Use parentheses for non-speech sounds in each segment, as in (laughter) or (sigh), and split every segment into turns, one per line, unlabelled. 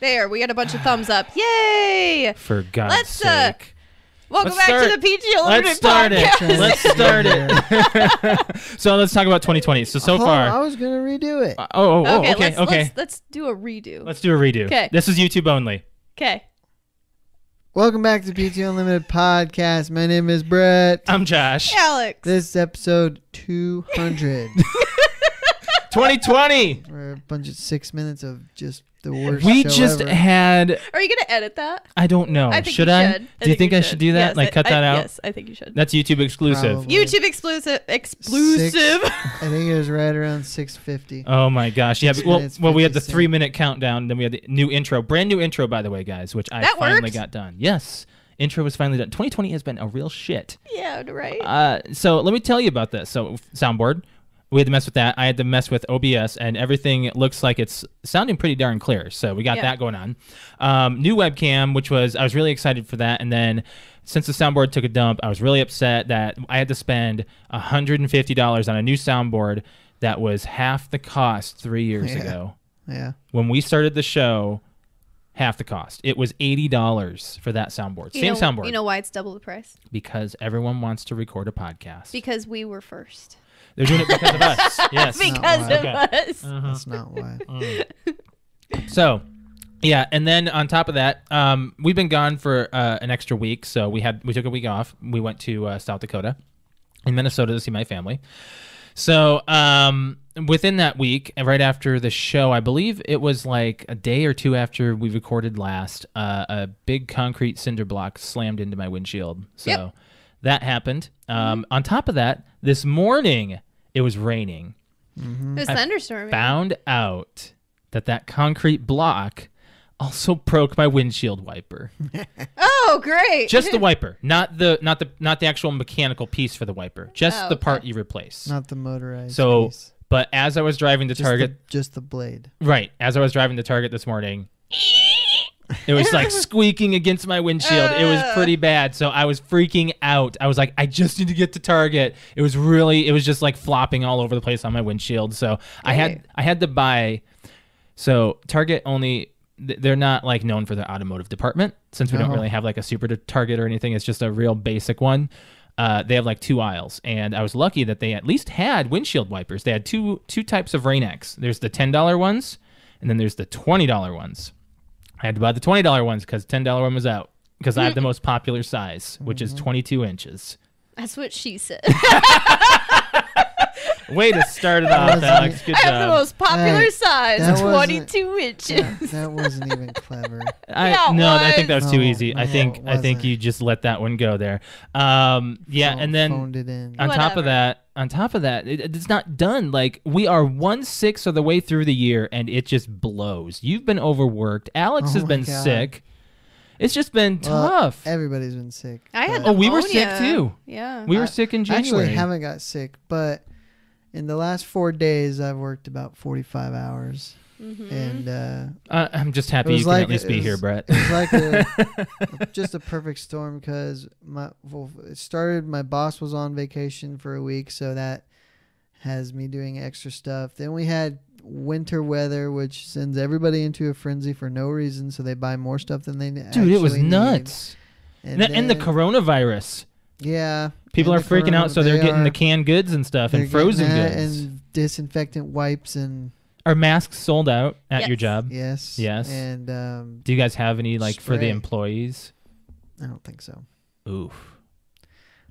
There, we got a bunch of thumbs up. Yay!
For God's
Let's, uh,
sake.
Welcome
Let's
back to
start-
the PTO Unlimited
Let's start
podcast.
(laughs)
(laughs)
it. Let's start it. (laughs) so let's talk about 2020. So so
Oh, I
far.
was gonna redo it.
Oh, oh, oh, okay,
okay,
okay.
let's,
Let's,
Let's, let's do a redo.
do a redo.
'Kay.
This is YouTube only.
Okay.
Welcome back to PT Unlimited podcast. My name is Brett.
I'm Josh.
Alex.
This is episode 200.
2020.
(laughs) We're a bunch of six minutes of just the worst.
We
show
just (laughs)
ever.
had
Are you going to edit that?
I don't know.
I think
Oh, should
you
I?
should.
Do you think, I should do that?
Yes,
like
I-
cut
I-
that out?
Yes, I think you should.
That's YouTube exclusive.
Probably.
YouTube exclusive. Exclusive.
I think it was right around 650.
Oh my gosh. Yeah,
Six
well,
minutes,
well we had the
50
3 minute countdown, then we had the new intro. Brand new intro by the way, guys, which I
That
finally
worked.
got done. Yes. Intro was finally done. 2020 has been a real shit.
(laughs) yeah, right.
Uh, so let me tell you about this. So soundboard, we had to mess with that. I had to mess with OBS, and everything looks like it's sounding pretty darn clear. So we got
Yeah.
that going on. Um, new webcam, which was I was really excited for that, and then since the soundboard took a dump, I was really upset that I had to spend hundred and fifty dollars on a new soundboard that was half the cost three years
Yeah.
ago
Yeah.
when we started the show. Half the cost. It was eighty dollars for that soundboard.
you
Same
know,
soundboard
You know why it's double the price?
because everyone wants to record a podcast.
Because we were first.
They're doing it because of us. Yes.
(laughs) because
why.
of
Okay.
us.
That's not
(laughs)
why.
So, yeah, and then on top of that, um, we've been gone for uh, an extra week. So we had we took a week off. We went to uh, South Dakota, in Minnesota, to see my family. So um, within that week, and right after the show, I believe it was like a day or two after we recorded last, uh, a big concrete cinder block slammed into my windshield. So
Yep.
that happened. Um, On top of that, this morning it was raining.
It was thunderstorming.
Um, found out that that concrete block also broke my windshield wiper.
oh, great.
Just the wiper, not the not the not the actual mechanical piece for the wiper. Just
Oh,
the part you replace.
Not the motorized.
so,
piece.
but as I was driving to
Just
Target,
The, just the
(laughs)
blade.
right, as I was driving to Target this morning, it was like squeaking against my windshield. it was
Ugh.
pretty bad, so I was freaking out. I was like, I just need to get to Target. It was really, it was just like flopping all over the place on my windshield. So I
Dang.
had I had to buy So Target only th- they're not like known for their automotive department since we don't
No.
really have like a super de- Target or anything. It's just a real basic one. Uh, they have like two aisles, and I was lucky that they at least had windshield wipers. They had two two types of Rain-X. There's the ten dollar ones, and then there's the twenty dollar ones. I had to buy the twenty dollar ones because ten dollar one was out because I
Mm.
had the most popular size, which
Mm-hmm.
is twenty two inches.
That's what she
(laughs)
said.
Way to start
(laughs)
it off,
Wasn't it-
Alex. Good
I have the
job.
most popular
Hey,
size,
that wasn't-
22 inches.
That wasn't even clever.
I,
Yeah, it
no, I think that was too
No,
easy. I
no,
think
it
I think
wasn't.
you just let that one go there. Um, (laughs) yeah,
Phone-
and then
phoned it in.
on top
Whatever.
of that, on top of that, it, it's not done. Like we are one sixth of the way through the year, and it just blows. You've been overworked. Alex
Oh
has
my
been
God.
sick. It's just been
Well,
tough.
Everybody's been sick.
I had
but-
Oh, we were sick
pneumonia.
too.
Yeah.
we were
uh, I-
sick in
I
January.
actually haven't got sick, but in the last four days, I've worked about 45 hours.
Mm-hmm.
Mm-hmm.
And uh,
Uh, I'm just
It
happy you
was
can
like-
at least
it
be
was-
here,
(laughs)
Brett.
it was like a, just a perfect storm because my well, it started. My boss was on vacation for a week, so that has me doing extra stuff. Then we had winter weather, which sends everybody into a frenzy for no reason, so they buy more stuff than they
Dude, it was
actually need.
nuts. And, and the
then-
coronavirus.
yeah,
People
and
are
the
freaking out,
corona-
so they're
they
getting
are-
the canned goods and stuff
they're
and
getting
frozen
that
goods.
and disinfectant wipes and
Are masks sold out at your
Yes.
job?
yes,
Yes.
and um,
Do you guys have any like for the
Spray.
employees?
I don't think so.
Oof.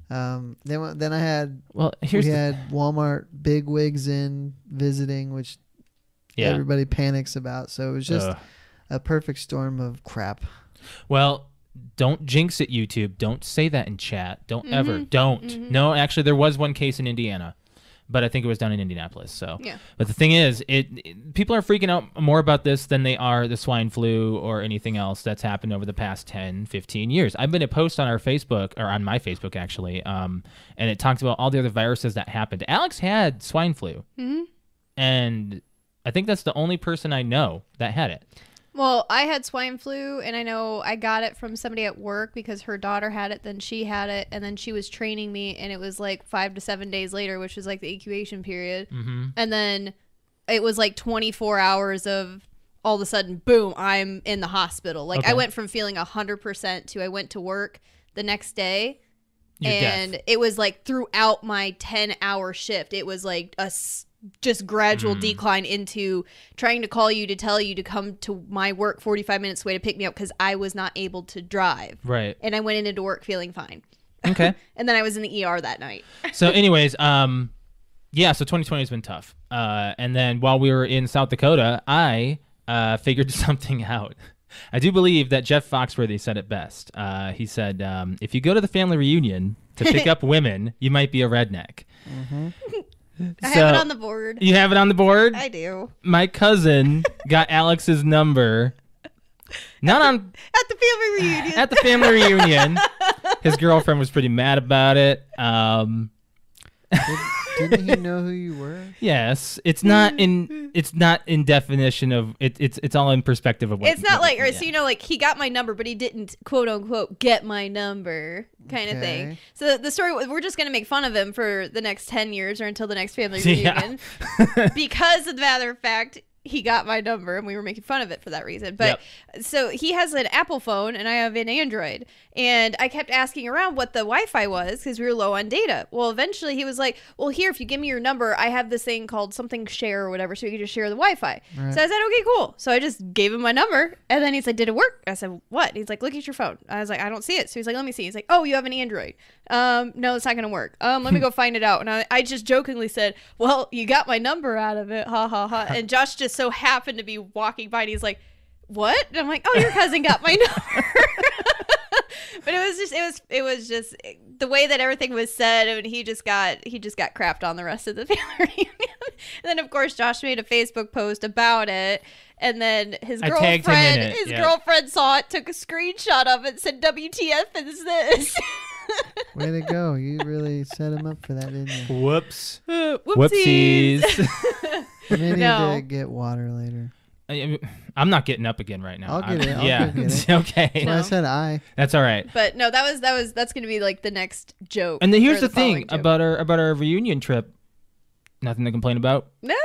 Um, then then I had
Well, here's
we
the,
had Walmart big wigs in visiting, which
yeah.
everybody panics about. So it was just
Ugh.
a perfect storm of crap.
Well, don't jinx it, YouTube. Don't say that in chat. Don't ever. Don't. No, actually, there was one case in Indiana, but I think it was down in Indianapolis. So,
Yeah.
but the thing is, it, it- people are freaking out more about this than they are the swine flu or anything else that's happened over the past 10, 15 years. I've been a post on our Facebook or on my Facebook actually, um, and it talked about all the other viruses that happened. Alex had swine flu, and I think that's the only person I know that had it.
Well, I had swine flu, and I know I got it from somebody at work because her daughter had it, then she had it, and then she was training me, and it was like five to seven days later, which was like the incubation period.
Mm-hmm.
And then it was like 24 hours of all of a sudden, boom, I'm in the hospital. Like
Okay.
I went from feeling 100% to I went to work the next day
Your
and
death.
it was like throughout my 10 hour shift it was like a s- just gradual decline into trying to call you to tell you to come to my work 45 minutes away to pick me up because i was not able to drive
Right.
and i went into work feeling fine
Okay.
and then i was in the er that night
so anyways um yeah so 2020 has been tough uh and then while we were in south dakota i uh figured (laughs) something out i do believe that jeff foxworthy said it best uh he said um, if you go to the family reunion to pick up women you might be a redneck
i
So-
have it on the board
you have it on the board
i do
my cousin
(laughs)
got alex's number not on
at the family reunion
at the family reunion his girlfriend was pretty mad about it um
Didn't he know who you were?
Yes, it's
Hmm,
not in it's not in definition of it, it's it's all in perspective of what.
it's not like or
yeah.
so you know like he got my number but he didn't quote unquote get my number kind of
Okay.
thing so the story we're just going to make fun of him for the next 10 years or until the next family
(laughs) Yeah.
reunion because of the matter of fact he got my number and we were making fun of it for that reason but so he has an apple phone and i have an android and i kept asking around what the wi-fi was because we were low on data well eventually he was like well here if you give me your number i have this thing called something share or whatever so you can just share the wi-fi so i said okay cool so i just gave him my number and then he said did it work i said what he's like look at your phone i was like i don't see it so he's like let me see he's like oh you have an android um no it's not gonna work um let me go find it out and I, I just jokingly said well you got my number out of it ha ha ha and josh just so happened to be walking by and he's like what? And I'm like, oh, your cousin got my (laughs) number. but it was just, it was, it was just the way that everything was said, and he just got, he just got crapped on the rest of the (laughs) family reunion. and then, of course, Josh made a Facebook post about it, and then his
I tagged him in
girlfriend,
it,
his
yeah.
girlfriend saw it, took a screenshot of it, said, "WTF is this?" (laughs)
Way to go! You really set him up for that, didn't you?
Whoops.
Whoopsies.
You may need
No.
to get water later.
I, am not getting up again right now.
I'll
I'm-
get it, I'll
yeah.
get it.
It's (laughs) okay.
Well, I said I.
That's all right.
(laughs) but no, that was that was that's gonna be like the next joke.
And then here's
or
the, thing
following joke.
about our about our reunion trip. Nothing to complain about.
no,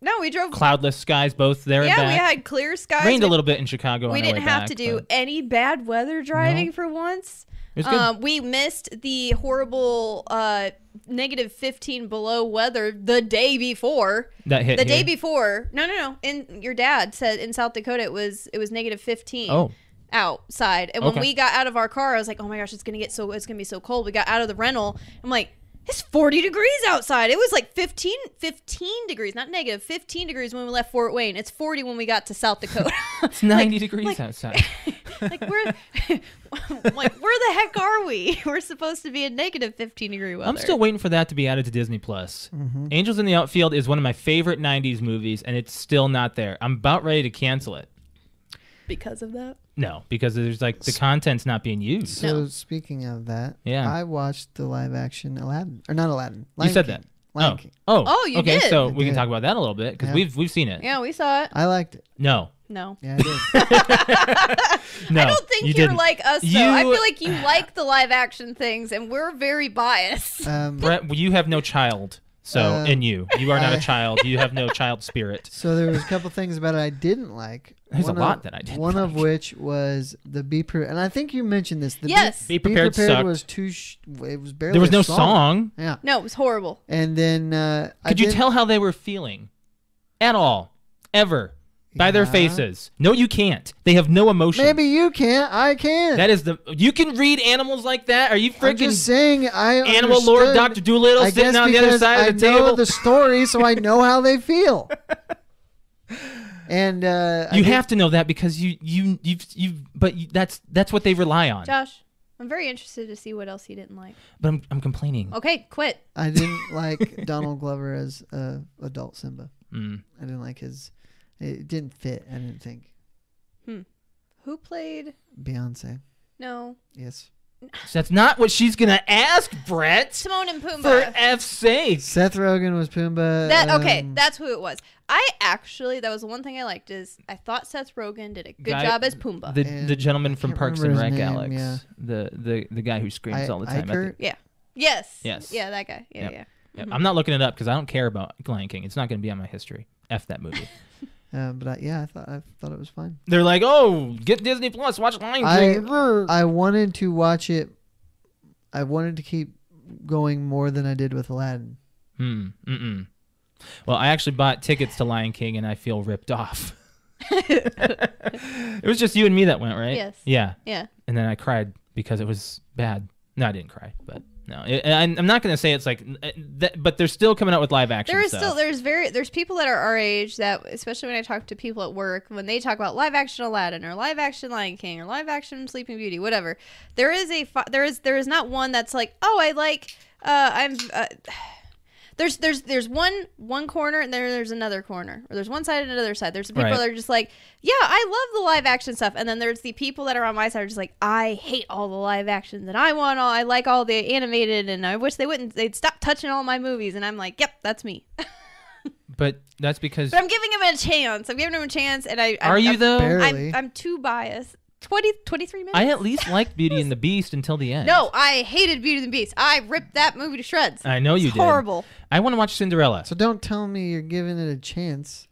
no, we drove.
Cloudless skies, both there and
yeah,
back.
we had clear skies.
Rained
we
a little bit in Chicago. on
we
our
didn't
way
have
back,
to do
but
any bad weather driving for once.
It was good.
Um, we missed the horrible uh, negative 15 below weather the day before.
that hit
The day
here.
before, no, no, no. In your dad said in South Dakota it was it was negative 15 (laughs)
Oh.
outside, and
Okay.
when we got out of our car, I was like, oh my gosh, it's gonna get so it's gonna be so cold. We got out of the rental. I'm like. It's 40 degrees outside. It was like 15, 15 degrees, not negative, 15 degrees when we left Fort Wayne. It's 40 when we got to South Dakota.
(laughs)
(laughs)
It's 90 degrees outside.
like where (laughs) like where the heck are we (laughs) we're supposed to be in negative 15 degree weather
I'm still waiting for that to be added to Disney Plus.
Mm-hmm.
Angels in the Outfield is one of my favorite '90s movies, and it's still not there. I'm about ready to cancel it.
because of that
No, because there's like the content's not being used.
So
No.
speaking of that,
Yeah.
I watched the live action Aladdin, or not Aladdin.
You
Lion
said
King.
that.
Lion
Oh,
King.
oh,
Oh, you
okay.
did.
So
I
we can
did.
talk about that a little bit because
Yeah.
we've we've seen it.
yeah we saw it
I liked it.
No,
no
Yeah, I
(laughs)
did.
no.
I don't think
Oh, you
you are
didn't.
like us, though.
You-
I feel like you like the live action things, and we're very
(laughs)
biased.
um,
Brett, well, you have no child. So
Uh,
in you, you are not a
I-
child. You have no child
(laughs)
spirit.
so there was a couple things about it I didn't like.
There's a
One
lot
of,
that I didn't
One of
like.
which was the be prepared, and I think you mentioned this. The Be-
Yes.
Be
be,
Prepared
prepared,
sucked.
was too. Sh- it was barely.
There was
a
no
song.
song.
Yeah,
No, it was horrible.
and then uh, I
Could you
did-
tell how they were feeling, at all, ever, by their
Yeah.
faces? No, you can't. They have no emotion.
Maybe you can't. I can.
That is the you can read animals like that. Are you
I'm
freaking
just saying. I
animal lord Doctor
understood.
Doolittle
I
sitting
guess
on the other
because
side
I
of the
know
table? (laughs)
the story, so I know how they feel. And uh, I
You
did-
have to know that because you you you've you've but you, that's that's what they rely on.
Josh, I'm very interested to see what else he didn't like.
But I'm I'm complaining.
Okay, quit.
I didn't like Donald Glover as uh, adult Simba.
Mm.
I didn't like his. It didn't fit. I didn't think
Who played?
Beyonce.
No,
Yes.
So that's not what she's gonna ask, Brett.
Timon and Pumbaa.
For F's sake.
Seth Rogen was Pumbaa.
that okay,
um,
that's who it was. I actually that was the one thing I liked is I thought Seth Rogen did a good
Guy-
job as Pumbaa.
The,
And
the gentleman
I
from
can't
Parks and
remember
Rec,
his name,
Alex.
yeah.
The, the the guy who screams
I-
all the time. at
Iker?
yes.
Yes.
Yeah, that guy. Yeah,
Yep.
yeah.
the- I'm not looking it up because I don't care about Lion King. It's not going to be on my history. F that
(laughs)
movie.
Um, but I, yeah, I thought I thought it was fine.
They're like, oh, get Disney Plus, watch Lion
I-
King.
I wanted to watch it. I wanted to keep going more than I did with Aladdin.
Hmm. Mm-mm. Well, I actually bought tickets to Lion King, and I feel ripped
(laughs)
off. it was just you and me that went, right?
Yes.
Yeah.
Yeah.
And then I cried because it was bad. No, I didn't cry, but no. I- and I'm not going to say it's like, uh, that, but they're still coming out with live action.
There is
so-
still there's very there's people that are our age that especially when I talk to people at work when they talk about live action Aladdin or live action Lion King or live action Sleeping Beauty whatever there is a fi- there is there is not one that's like oh I like uh, I'm uh, there's there's there's one one corner and then there's another corner or there's one side and another side there's the people
Right.
that are just like yeah I love the live action stuff and then there's the people that are on my side are just like I hate all the live actions and I want all I like all the animated and I wish they wouldn't they'd stop touching all my movies and I'm like yep that's me. (laughs)
But that's because.
But I'm giving him a chance. I'm giving him a chance, and I. I'm,
Are you,
I'm,
though?
Barely.
I'm, I'm too biased. 20, 23 minutes.
I at least liked Beauty and the Beast until the end.
no, I hated Beauty and the Beast. I ripped that movie to shreds.
I know you
it's
did.
horrible.
I want to watch Cinderella.
So don't tell me you're giving it a chance.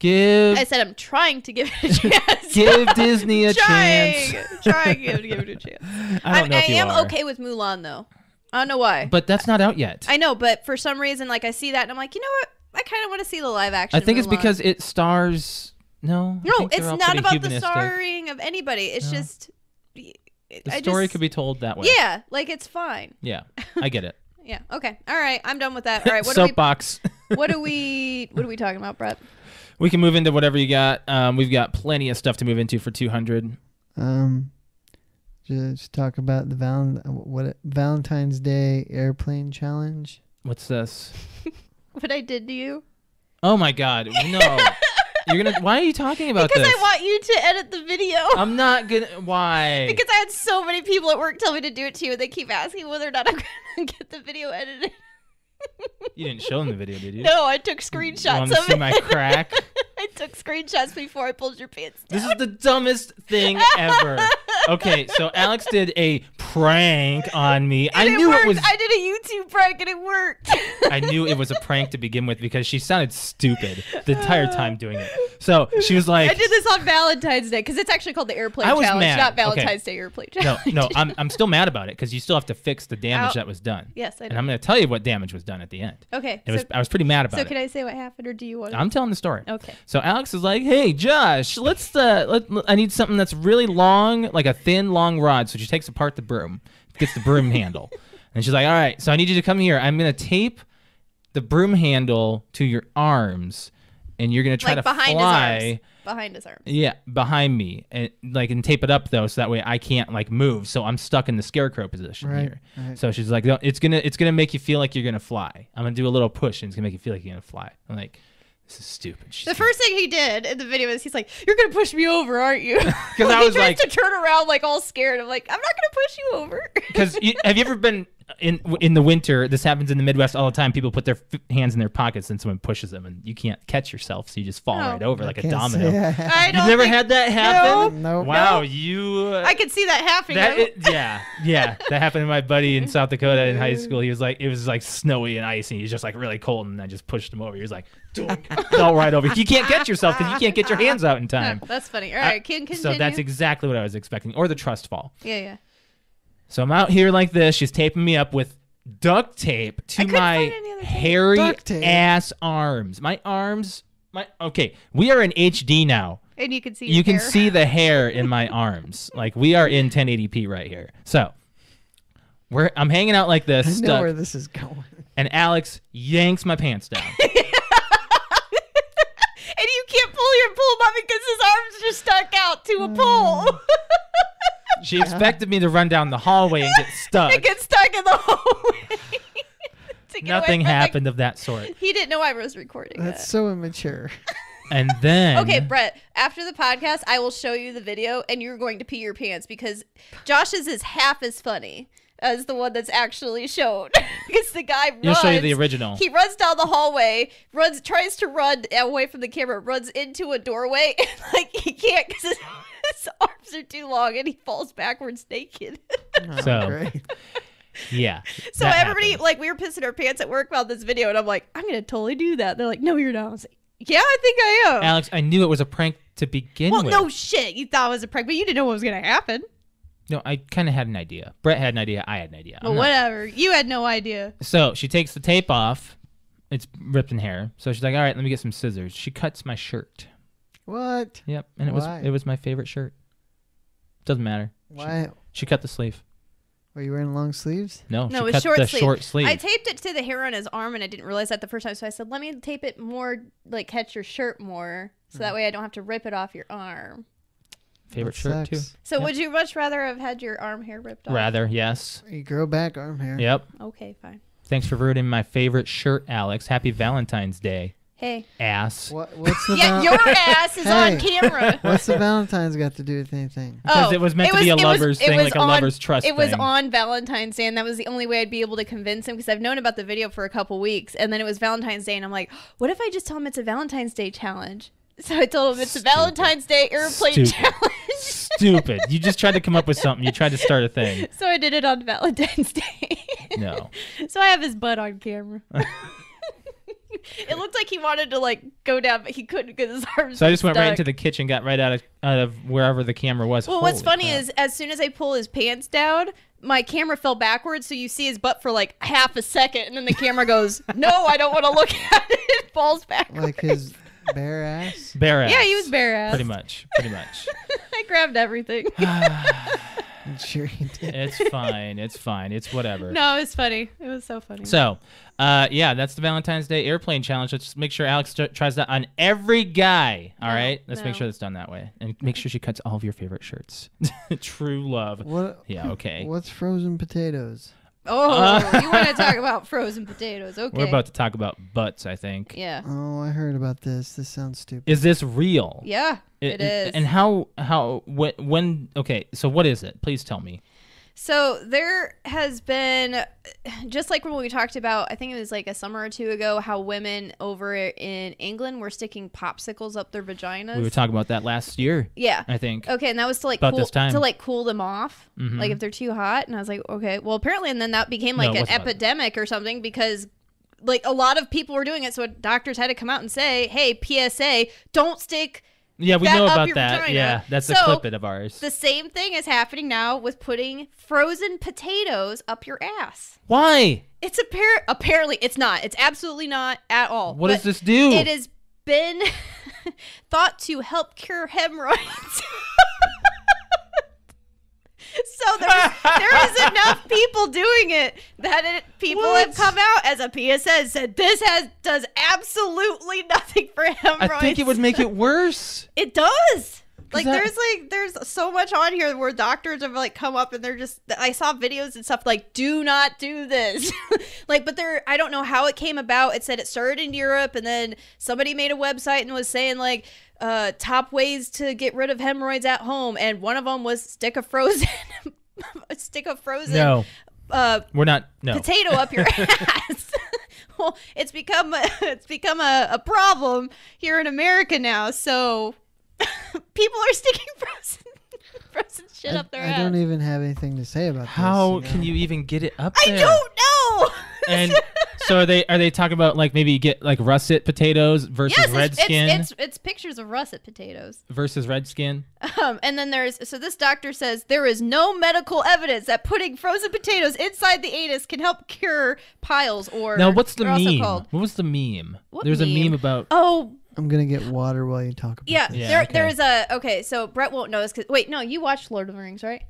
Give
I said I'm trying to give it a chance.
(laughs) give Disney a
trying,
chance.
trying to give it a chance.
I don't know
I'm-
if you
am
are.
okay with Mulan though. I don't know why.
But that's not out yet.
I know, but for some reason, like I see that, and I'm like, you know what? I kind of want to see the live action.
I think it's
Mulan.
because it stars. No, I
no,
think they're
it's
all
not
pretty
about the
humanistic.
starring of anybody. It's
No.
just
The
I
story
just-
could be told that way.
yeah, like it's fine.
yeah, I get it.
Yeah. Okay. All right. I'm done with that. (laughs) All right. What do we?
Soapbox. (laughs)
What do we? What are we talking about, Brett?
we can move into whatever you got. Um, we've got plenty of stuff to move into for two hundred.
Um, just talk about the Valen- what Valentine's Day airplane challenge.
What's this?
What I did to you?
Oh my
(laughs)
God! No, you're gonna. Why are you talking about
Because
this?
I want you to edit the video.
I'm not gonna. Why?
(laughs) because I had so many people at work tell me to do it to you, and they keep asking whether or not I'm (laughs) gonna get the video edited.
you didn't show them the video, did you?
(laughs) No, I took
you
screenshots
want to
of
see
it.
my crack?
(laughs) I took screenshots before I pulled your pants.
This is
(laughs)
the dumbest thing ever. Okay, so Alex did a prank on me. I
And it
knew
worked.
it was.
I did a YouTube prank and it worked.
I knew it was a prank to begin with because she sounded stupid the entire time doing it. So she was like,
(laughs) I did this on Valentine's Day because it's actually called the airplane
I was
challenge,
mad.
not
Okay.
Valentine's Day airplane
"No,
(laughs) challenge.
no, I'm I'm still mad about it because you still have to fix the damage
Ow.
that was done."
Yes, I
and
know.
I'm going to tell you what damage was done at the end.
Okay.
It was
so
I was pretty mad about
so
it.
can I say what happened, or do you want? to?
I'm telling the story.
Okay.
So Alex is like, "Hey, Josh, let's uh, let, I need something that's really long, like a thin, long rod." So she takes apart the broom, gets the broom (laughs) handle, and she's like, "All right, so I need you to come here. I'm gonna tape the broom handle to your arms, and you're gonna try
like
to
behind
fly."
his arms. Behind his arms.
Yeah, behind me, and like, and tape it up though, so that way I can't like move. So I'm stuck in the scarecrow position
Right,
here.
right.
So she's like, no, "It's gonna, it's gonna make you feel like you're gonna fly. I'm gonna do a little push, and it's gonna make you feel like you're gonna fly." I'm like, "This is stupid." She's
The first thing he did in the video is he's like, "You're gonna push me over, aren't you?" (laughs)
(laughs)
Because
I
he
was
tries
like-
to turn around like all scared. I'm like, "I'm not gonna push you over." (laughs)
Because have you ever been in in the winter? This happens in the Midwest all the time. People put their f- hands in their pockets, and someone pushes them, and you can't catch yourself, so you just fall
No.
right over
I
like a
can't
domino.
say (laughs) I
I
have.
don't
You've never
think-
had that happen.
No. Nope.
Wow, you. Uh,
I could see that happening.
that
I-
i- yeah, yeah, that happened to my buddy in South Dakota in high school. He was like, it was like snowy and icy. He was just like really cold, and I just pushed him over. He was like, "Doink," fell right over. You can't catch yourself because you can't get your hands out in time.
that's funny. All right, can continue.
So that's exactly what I was expecting, or the trust fall.
yeah, yeah.
So I'm out here like this. She's taping me up with duct tape
I
to
couldn't
my
find any other tape.
hairy
Duct tape.
ass arms. My arms. My okay. We are in HD now.
And you can see.
you
your
can
hair.
see the hair in my arms. Like we are in 1080p right here. So we're I'm hanging out like
I know
this,
where
stuck,
this is going.
and
(laughs)
Alex yanks my pants down.
(laughs) and you can't pull your pull pulled up because his arms just stuck out to a
Mm.
pole.
She expected me to run down the hallway and
(laughs)
get stuck.
(laughs) it gets stuck in the (laughs) hallway. to get away
Nothing
from the-
happened of that sort.
He didn't know I was recording
That's
that.
so immature.
And then
Okay, Brett, after the podcast, I will show you the video and you're going to pee your pants because Josh's is half as funny as the one that's actually shown. (laughs) because the guy runs.
You'll show you the original.
He runs down the hallway, runs, tries to run away from the camera, runs into a doorway, (laughs) and like he can't because his, (laughs) his arms are too long, and he falls backwards naked. (laughs)
Oh,
So-
great.
yeah.
so
that
everybody,
happened.
like, we were pissing our pants at work about this video, and I'm like, I'm gonna totally do that. They're like, No, you're not. I was like, Yeah, I think I am.
Alex, I knew it was a prank to begin
well,
with.
no shit, you thought it was a prank, but you didn't know what was gonna happen.
No, I kind of had an idea. Brett had an idea. I had an idea.
But
I'm not-
whatever, you had no idea.
So she takes the tape off. It's ripped in hair. So she's like, "All right, let me get some scissors." She cuts my shirt.
what?
Yep, and it
Why?
was it was my favorite shirt. Doesn't matter.
Why?
She cut the sleeve.
Were you wearing long sleeves?
No,
No,
she
it's
cut
short
the
sleeve.
short sleeve.
I taped it to the hair on his arm, and I didn't realize that the first time. So I said, "Let me tape it more, like catch your shirt more, so
Hmm.
that way I don't have to rip it off your arm."
favorite
That
shirt too.
sucks.
So
Yep.
would you much rather have had your arm hair ripped off?
Rather, yes.
You grow back arm hair.
Yep.
Okay, fine.
Thanks for ruining my favorite shirt, Alex. Happy Valentine's Day,
Hey.
ass.
What? What's the
Yeah,
(laughs)
val-
your ass is on
Hey.
camera.
(laughs) What's the Valentine's got to do with anything?
Because it was meant to be a
Oh, it
lover's
it
thing, like a
on-
lover's trust
It was
thing.
on Valentine's Day, and that was the only way I'd be able to convince him because I've known about the video for a couple weeks, and then it was Valentine's Day, and I'm like, what if I just tell him it's a Valentine's Day challenge? (laughs) So I told him it's
Stupid.
a Valentine's Day airplane
Stupid.
challenge. (laughs)
Stupid. You just tried to come up with something. You tried to start a thing.
So I did it on Valentine's (laughs) Day.
No.
so I have his butt on
(laughs)
camera. (laughs) it looked like he wanted to like go down, but he couldn't because his arms.
So I just went right
stuck.
into the kitchen, got right out of out of wherever the camera was.
Well, what's
Holy
funny
crap.
is as soon as I pull his pants down, my camera fell backwards, so you see his butt for like half a second, and then
(laughs)
the camera goes, "No, I don't want to look (laughs) at it." It falls backwards.
Like his bare ass?
bare ass.
yeah, he was bare ass.
Pretty much. Pretty much.
(laughs) I
(laughs)
grabbed everything.
I'm sure he did.
it's fine. It's fine. It's whatever.
no, it was funny. It was so funny.
So, uh, yeah, that's the Valentine's Day airplane challenge. Let's make sure Alex tr- tries that on every guy. All
No,
right? let's make
no.
sure that's done that way, and make sure she cuts all of your favorite shirts. (laughs) True love.
What?
(laughs)
Yeah. Okay.
What's frozen potatoes?
oh,
Uh.
(laughs) you want
(laughs)
to talk about frozen potatoes? Okay.
We're about to talk about butts. I think.
yeah.
Oh, I heard about this. This sounds stupid.
Is this real?
Yeah, it is.
And how? How? When? When? Okay. So what is it? Please tell me.
So there has been, just like when we talked about, I think it was like a summer or two ago, how women over in England were sticking popsicles up their vaginas.
We were talking about that last year.
yeah.
I think.
Okay, and that was to like
About
cool,
this time.
to like cool them off,
Mhm.
like if they're too hot. And I was like, okay, well apparently, and then that became
No,
like
it
an
wasn't about-
epidemic or something because like a lot of people were doing it. So doctors had to come out and say, hey, PSA, don't stick
Yeah, we
That
know
up
about
your
that.
vagina.
Yeah, that's a
So,
clip it of ours.
the same thing is happening now with putting frozen potatoes up your ass.
Why?
It's appar- apparently it's not. It's absolutely not at all.
What
But
does this do?
It has been (laughs) thought to help cure hemorrhoids. (laughs) so there's, there is enough people doing it that it, people
What?
have come out as a PSA and said this has does absolutely nothing for hemorrhoids.
I think it would make it
(laughs)
worse.
It does. Like
that-
there's like there's so much on here where doctors have like come up and they're just I saw videos and stuff like do not do this. (laughs) like but there I don't know how it came about. It said it started in Europe and then somebody made a website and was saying like uh top ways to get rid of hemorrhoids at home and one of them was stick a frozen (laughs) stick a frozen
No,
uh
we're not. No.
potato
(laughs)
up your ass. (laughs) well, it's become a, (laughs) it's become a, a problem here in America now. So (laughs) people are sticking (laughs) frozen frozen shit
I,
up their
I
ass.
don't even have anything to say about
How
this.
can you even get it up
I
there?
don't know. (laughs)
And so are they are they talking about like maybe you get like russet potatoes versus
yes,
red
it's,
skin
it's, it's it's pictures of russet potatoes. (laughs)
versus red skin?
Um, and then there's so this doctor says there is no medical evidence that putting frozen potatoes inside the anus can help cure piles or
Now what's the
they're also
meme?
called-
What was the meme?
What
There's a
meme?
meme about
Oh,
I'm gonna get water while you talk about
Yeah,
this.
Yeah,
there,
okay.
there is a okay. So Brett won't know this because wait, no, you watched Lord of the Rings, right?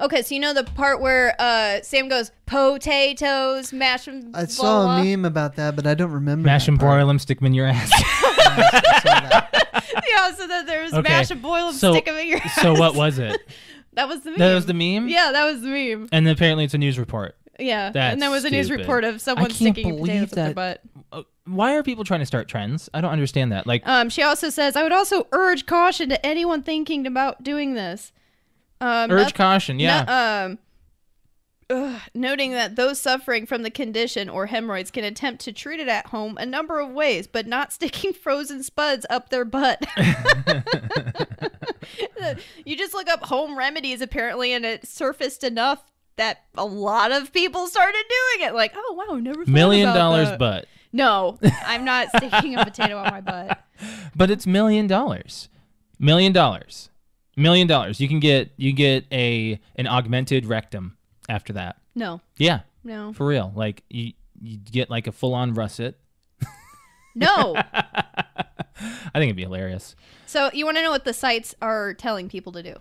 Okay, so you know the part where uh, Sam goes potatoes, mash them.
I saw a meme about that, but I don't remember.
mash
that
and
part. (laughs)
broil them, stick them in your ass.
I saw that.
(laughs) yeah, so that there was
Okay.
mash a boil and
So-
stick 'em in your
So
ass.
what was it?
(laughs) That was the meme.
That was the meme.
Yeah, that was the meme.
And apparently it's a news report.
Yeah,
That's
and there was a news
stupid.
report of someone
can't
sticking
believe
potatoes up their
that-
butt.
Uh, Why are people trying to start trends? I don't understand that. Like,
Um, she also says, "I would also urge caution to anyone thinking about doing this." Um,
urge
noth-
caution. Yeah.
no- um, ugh, noting that those suffering from the condition or hemorrhoids can attempt to treat it at home a number of ways, but not (laughs) sticking frozen spuds up their butt. (laughs) you just look up home remedies apparently, and it surfaced enough that a lot of people started doing it. Like, oh wow, never thought
million
about
dollars
that."
butt. (laughs)
No, I'm not sticking a potato on my butt.
But it's million dollars. Million dollars. Million dollars. You can get you get a an augmented rectum after that.
No,
Yeah.
no,
For real. Like you you get like a full on russet. (laughs)
no.
I think it'd be hilarious.
So you want to know what the sites are telling people to do?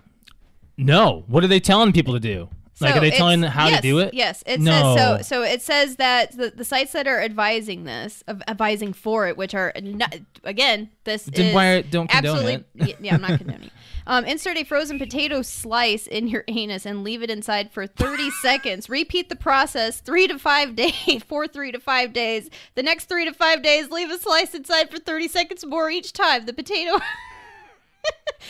No. What are they telling people to do? Like
So
are they telling
it's-
how
yes,
to do it?
Yes, it
No.
says so. So it says that the, the sites that are advising this, of advising for it, which are not, again, this
Then
is
why are- don't condone
absolutely.
it?
y- Yeah,
(laughs)
I'm not condoning. Um, insert a frozen potato slice in your (laughs) anus and leave it inside
(laughs)
for 30 seconds. Repeat the process three to five (laughs) days, for three to five days. The next three to five days, leave a slice inside for 30 seconds more each time. The potato. (laughs)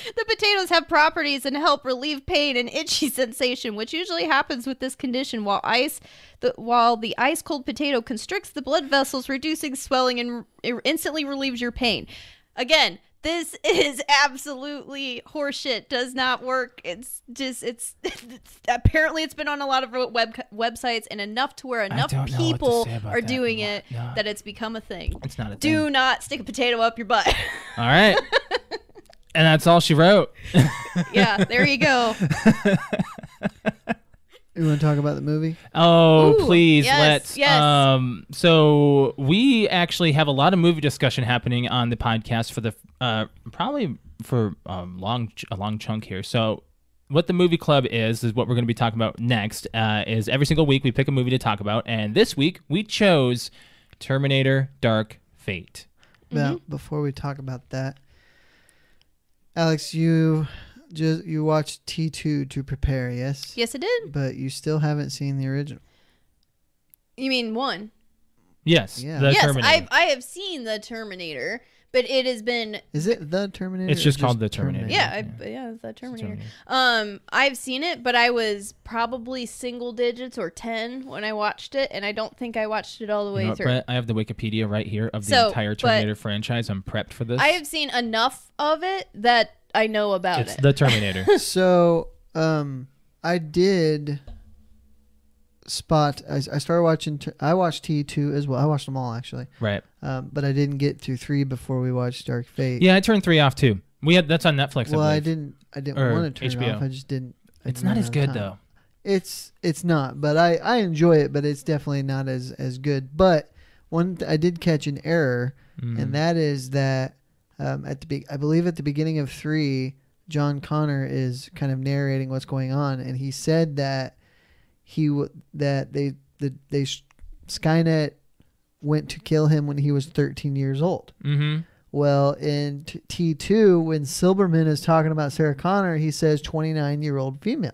The potatoes have properties and help relieve pain and itchy (laughs) sensation, which usually happens with this condition while ice the, while the ice cold potato constricts the blood vessels, reducing swelling and r- instantly relieves your pain. Again, this (laughs) is absolutely horseshit. Does not work. It's just it's, (laughs) it's apparently it's been on a lot of web websites and enough to where enough
don't know what to
people
say about
are
that
doing
one.
it
No.
that it's become a thing.
It's not a thing.
Do not stick a potato up your butt. (laughs)
All right. and that's all she wrote.
yeah, there
(laughs)
you go.
You want to talk about the movie?
Oh,
Ooh,
please
yes,
let's.
yes.
Um, so we actually have a lot of movie discussion happening on the podcast for the uh, probably for a long ch- a long chunk here. So what the movie club is is what we're going to be talking about next. Uh, is every single week we pick a movie to talk about, and this week we chose Terminator: Dark Fate.
Now, before we talk about that, Alex, you just you watched T two to prepare, yes?
Yes, it did.
But you still haven't seen the original.
You mean one?
Yes,
Yeah.
the
yes,
Terminator.
I I have seen the Terminator, but it has been
Is it the Terminator?
It's
or
just called The Terminator.
yeah I-
Yeah.
yeah, the Terminator.
Terminator.
Um, I've seen it, but I was probably single digits or ten when I watched it, and I don't think I watched it all the
You
way
know what,
through.
Brett? I have the Wikipedia right here of the
So,
entire
but-
Terminator franchise. I'm prepped for this.
I have seen enough of it that I know about
it's
it.
the Terminator.
(laughs)
so um i did spot i, I started watching t- i watched t2 as well i watched them all actually
right.
um, but i didn't get through three before we watched dark fate
Yeah, I turned three off too. We had that's on Netflix.
well
I
i
believe.
didn't i didn't
Or
want to turn it
HBO.
off i just didn't I
It's
didn't
not
run
as
out of
good
time.
though.
it's it's not but i i enjoy it but it's definitely not as as good but one th- i did catch an error
Mm-hmm. Hmm.
and that is that um, at the be- I believe at the beginning of three, John Connor is kind of narrating what's going on, and he said that he w- that they the they sh- Skynet went to kill him when he was 13 years old.
Mm-hmm.
Well, in T two, when Silberman is talking about Sarah Connor, he says 29 year old female.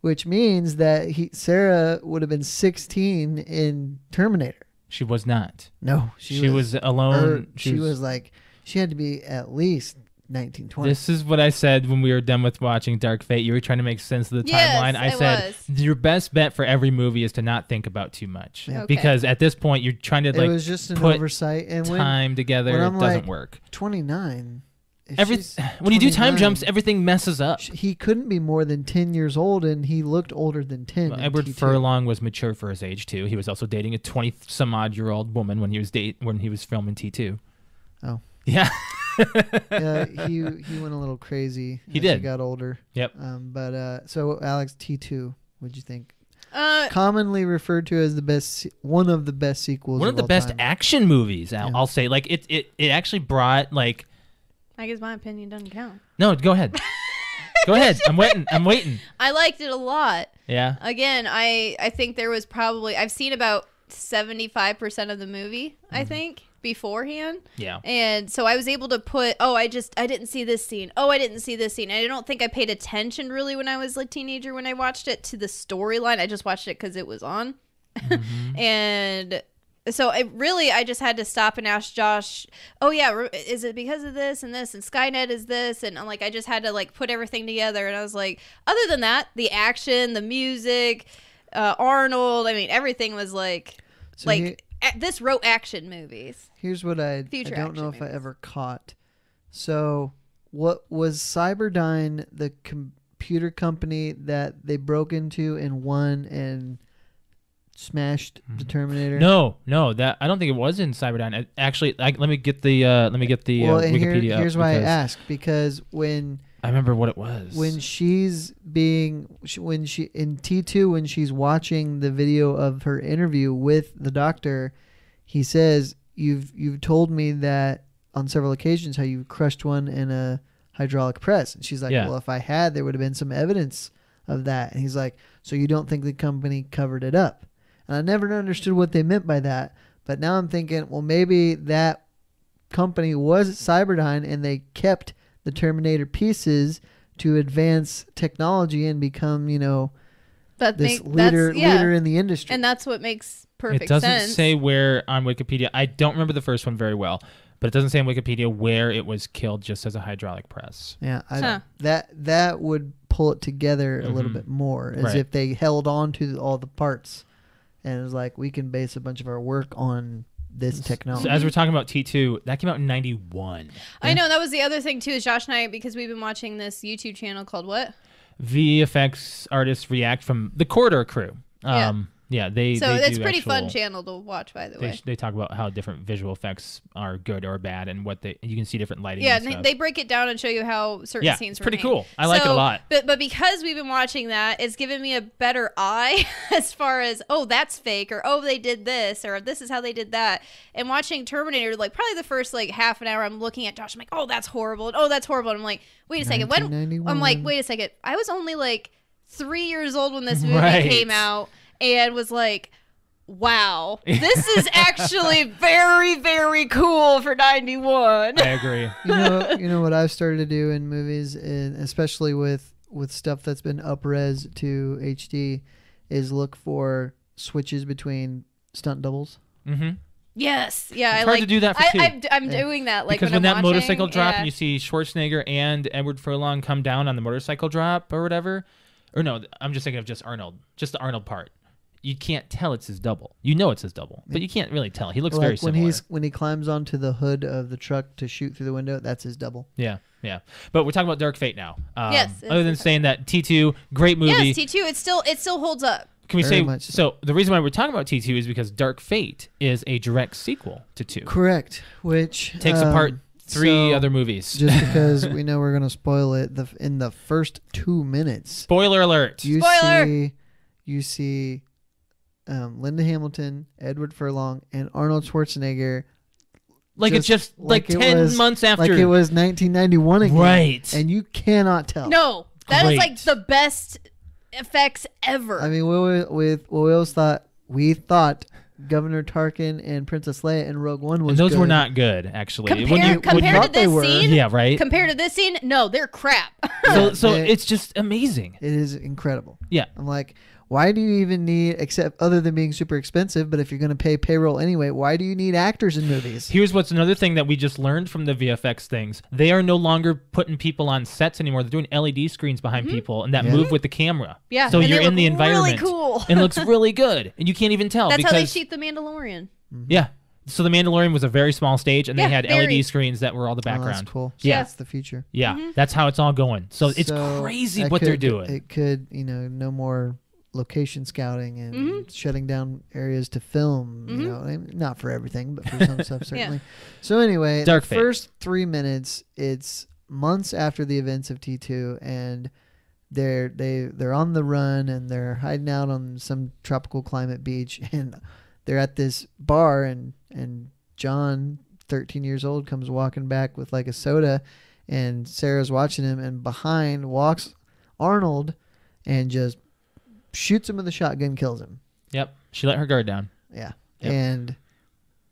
Which means that he, Sarah would have been 16 in Terminator.
She was not.
No,
She, was, alone.
her- er, she, was, like she had to be at least 1920
This is what I said when we were done with watching Dark Fate. You were trying to make sense of the
Yes,
timeline. I,
I
said
was.
your best bet for every movie is to not think about too much
Yeah. Okay.
because at this point you're trying to
it
like
was just an
put
oversight and when
time together.
when
it
I'm
doesn't
like-
work.
29 if
Every
she's
(sighs) when you do time
29,
jumps, everything messes up.
sh- he couldn't be more than 10 years old and he looked older than 10
Well,
in
Edward
T2.
Furlong was mature for his age too. He was also dating a twenty some odd year old woman when he was date when he was filming T two.
Oh.
Yeah. (laughs)
yeah he he went a little crazy
He
as he
did.
got older
Yep.
um, but uh, so alex t2 what'd you think
uh,
commonly referred to as the best se- one of the best sequels
One of the
all
best
time.
action movies, I'll,
Yeah.
I'll say. Like it, it, it actually brought like
I guess my opinion doesn't count.
no. Go ahead. go ahead. I'm waiting. I'm waiting.
I liked it a lot.
Yeah.
Again,
Mm-hmm.
I I think there was probably I've seen about seventy five percent of the movie. I think beforehand.
Yeah.
And so I was able to put, oh, I just, I didn't see this scene. Oh, I didn't see this scene. I don't think I paid attention really when I was a teenager when I watched it to the storyline. I just watched it because it was on.
Mm-hmm.
(laughs) and so it really, I just had to stop and ask Josh, oh, yeah, re- is it because of this and this and Skynet is this? And I'm like, I just had to like put everything together. And I was like, other than that, the action, the music, uh, Arnold, I mean, everything was like,
So
like,
he-
a- this wrote action movies.
Here's what I, I
Future
don't know if
action
I
movies.
ever caught. So, what was Cyberdyne the computer company that they broke into and won and smashed the Terminator?
Mm-hmm. No, no, that I don't think it was in Cyberdyne. I- Actually, I, let me get the uh, let me get the
Well,
uh,
and here,
Wikipedia. up
here's why I
because
ask because when
I remember what it was.
when she's being sh- when she in T2 when she's watching the video of her interview with the doctor he says you've you've told me that on several occasions how you crushed one in a hydraulic press and she's like
Yeah.
well if I had there would have been some evidence of that and he's like so you don't think the company covered it up and I never understood what they meant by that but now I'm thinking well maybe that company was Cyberdyne and they kept the Terminator pieces to advance technology and become, you know,
That
this
make,
leader
that's, yeah.
leader in the industry.
and that's what makes perfect
it doesn't
sense.
say where on Wikipedia. I don't remember the first one very well, but it doesn't say on Wikipedia where it was killed just as a hydraulic press.
yeah, I,
Huh.
that that would pull it together a little
Mhm.
bit more as
Right.
if they held on to all the parts and it was like we can base a bunch of our work on this technology.
So as we're talking about T2, that came out in 91.
I know that was the other thing too is Josh and I because we've been watching this YouTube channel called what?
VFX artists react from the Corridor crew. Um, yeah. they
So
they
it's
do
pretty fun
actual-
channel to watch by the
They,
way.
they talk about how different visual effects are good or bad, and what they you can see different lighting.
yeah,
and
and they,
stuff.
they break it down and show you how certain
Yeah,
scenes
it's
were
pretty
made.
cool. I like it a
So-
lot.
But but because we've been watching that, it's given me a better eye (laughs) as far as oh that's fake or oh they did this or this is how they did that. And watching Terminator, like probably the first like half an hour, I'm looking at Josh. I'm like, oh that's horrible. And, oh that's horrible. And I'm like, wait a second, when I'm like,
Mm.
1991.
wait a second, I was only like three years old when this
(laughs)
movie
Right.
came out, and was like.
(laughs)
Wow, this is actually very, very cool for 91.
I
(laughs)
agree.
you know, you know what I've started to do in movies, and especially with with stuff that's been upres to HD, is look for switches between stunt doubles.
mm-hmm.
Yes. Yeah. I
hard
like
to do that for two.
I, I'm, I'm doing that. Like
because
when,
when,
I'm
that
watching,
motorcycle drop
yeah.
and you see Schwarzenegger and Edward Furlong come down on the motorcycle drop or whatever, or no, I'm just thinking of just Arnold, just the Arnold part. You can't tell it's his double. You know it's his double, but you can't really tell. He looks very
like when
similar.
he's when he climbs onto the hood of the truck to shoot through the window, that's his double.
yeah, yeah. But we're talking about Dark Fate now. Um,
Yes, yes,
Other than
yes.
saying that T2, great movie.
yes, T two. It still it still holds up.
Can we
Very
say
much so.
so? The reason why we're talking about T2 is because Dark Fate is a direct sequel to two.
Correct. Which
Takes
um,
apart three
so,
other movies.
(laughs) Just because we know we're gonna spoil it, the in the first two minutes,
Spoiler alert.
you
Spoiler!
see you see um, Linda Hamilton, Edward Furlong, and Arnold Schwarzenegger.
like it's just like,
it
ten
was-
months after.
like it was 1991 again,
Right.
And you cannot tell.
No, that is like
Oh, Great.
the best effects ever.
I mean, we always, with well, we always thought we thought Governor Tarkin and Princess Leia and Rogue One was.
and those
good.
were not good, actually.
compared
When you-
when you
compared to
thought they
this
were-
scene,
yeah, right.
compared to this scene, no, they're crap. (laughs)
so, so
they-
it's just amazing.
It is incredible.
Yeah.
I'm like, why do you even need, except other than being super expensive, but if you're going to pay payroll anyway, why do you need actors in movies?
Here's what's another thing that we just learned from the VFX things. They are no longer putting people on sets anymore. They're doing LED screens behind people and that
Yeah.
move with the camera.
Mm-hmm. Yeah,
So
and they
you're in the
look really
environment.
cool.
and it
(laughs)
looks really good. And you can't even tell
That's
Oh, because
how they shoot the Mandalorian.
Yeah. So the Mandalorian was a very small stage, and
Yeah,
they had
very.
LED screens that were all the
Oh, that's
background.
cool.
Yeah.
That's the future.
Yeah,
Mm-hmm.
that's how it's all going. So it's
So
crazy
that
what they're
could-
doing.
It could, you know, no more location scouting and shutting down areas to film, you know, I mean, not for everything, but
(laughs)
for some stuff, certainly. So anyway,
Dark
the
Fate.
first three minutes, it's months after the events of T2 and they're they they're on the run and they're hiding out on some tropical climate beach (laughs) and they're at this bar and and John 13 years old comes walking back with like a soda and Sarah's watching him and behind walks Arnold and just shoots him with a shotgun kills him
yep, she let her guard down.
yeah
Yep.
and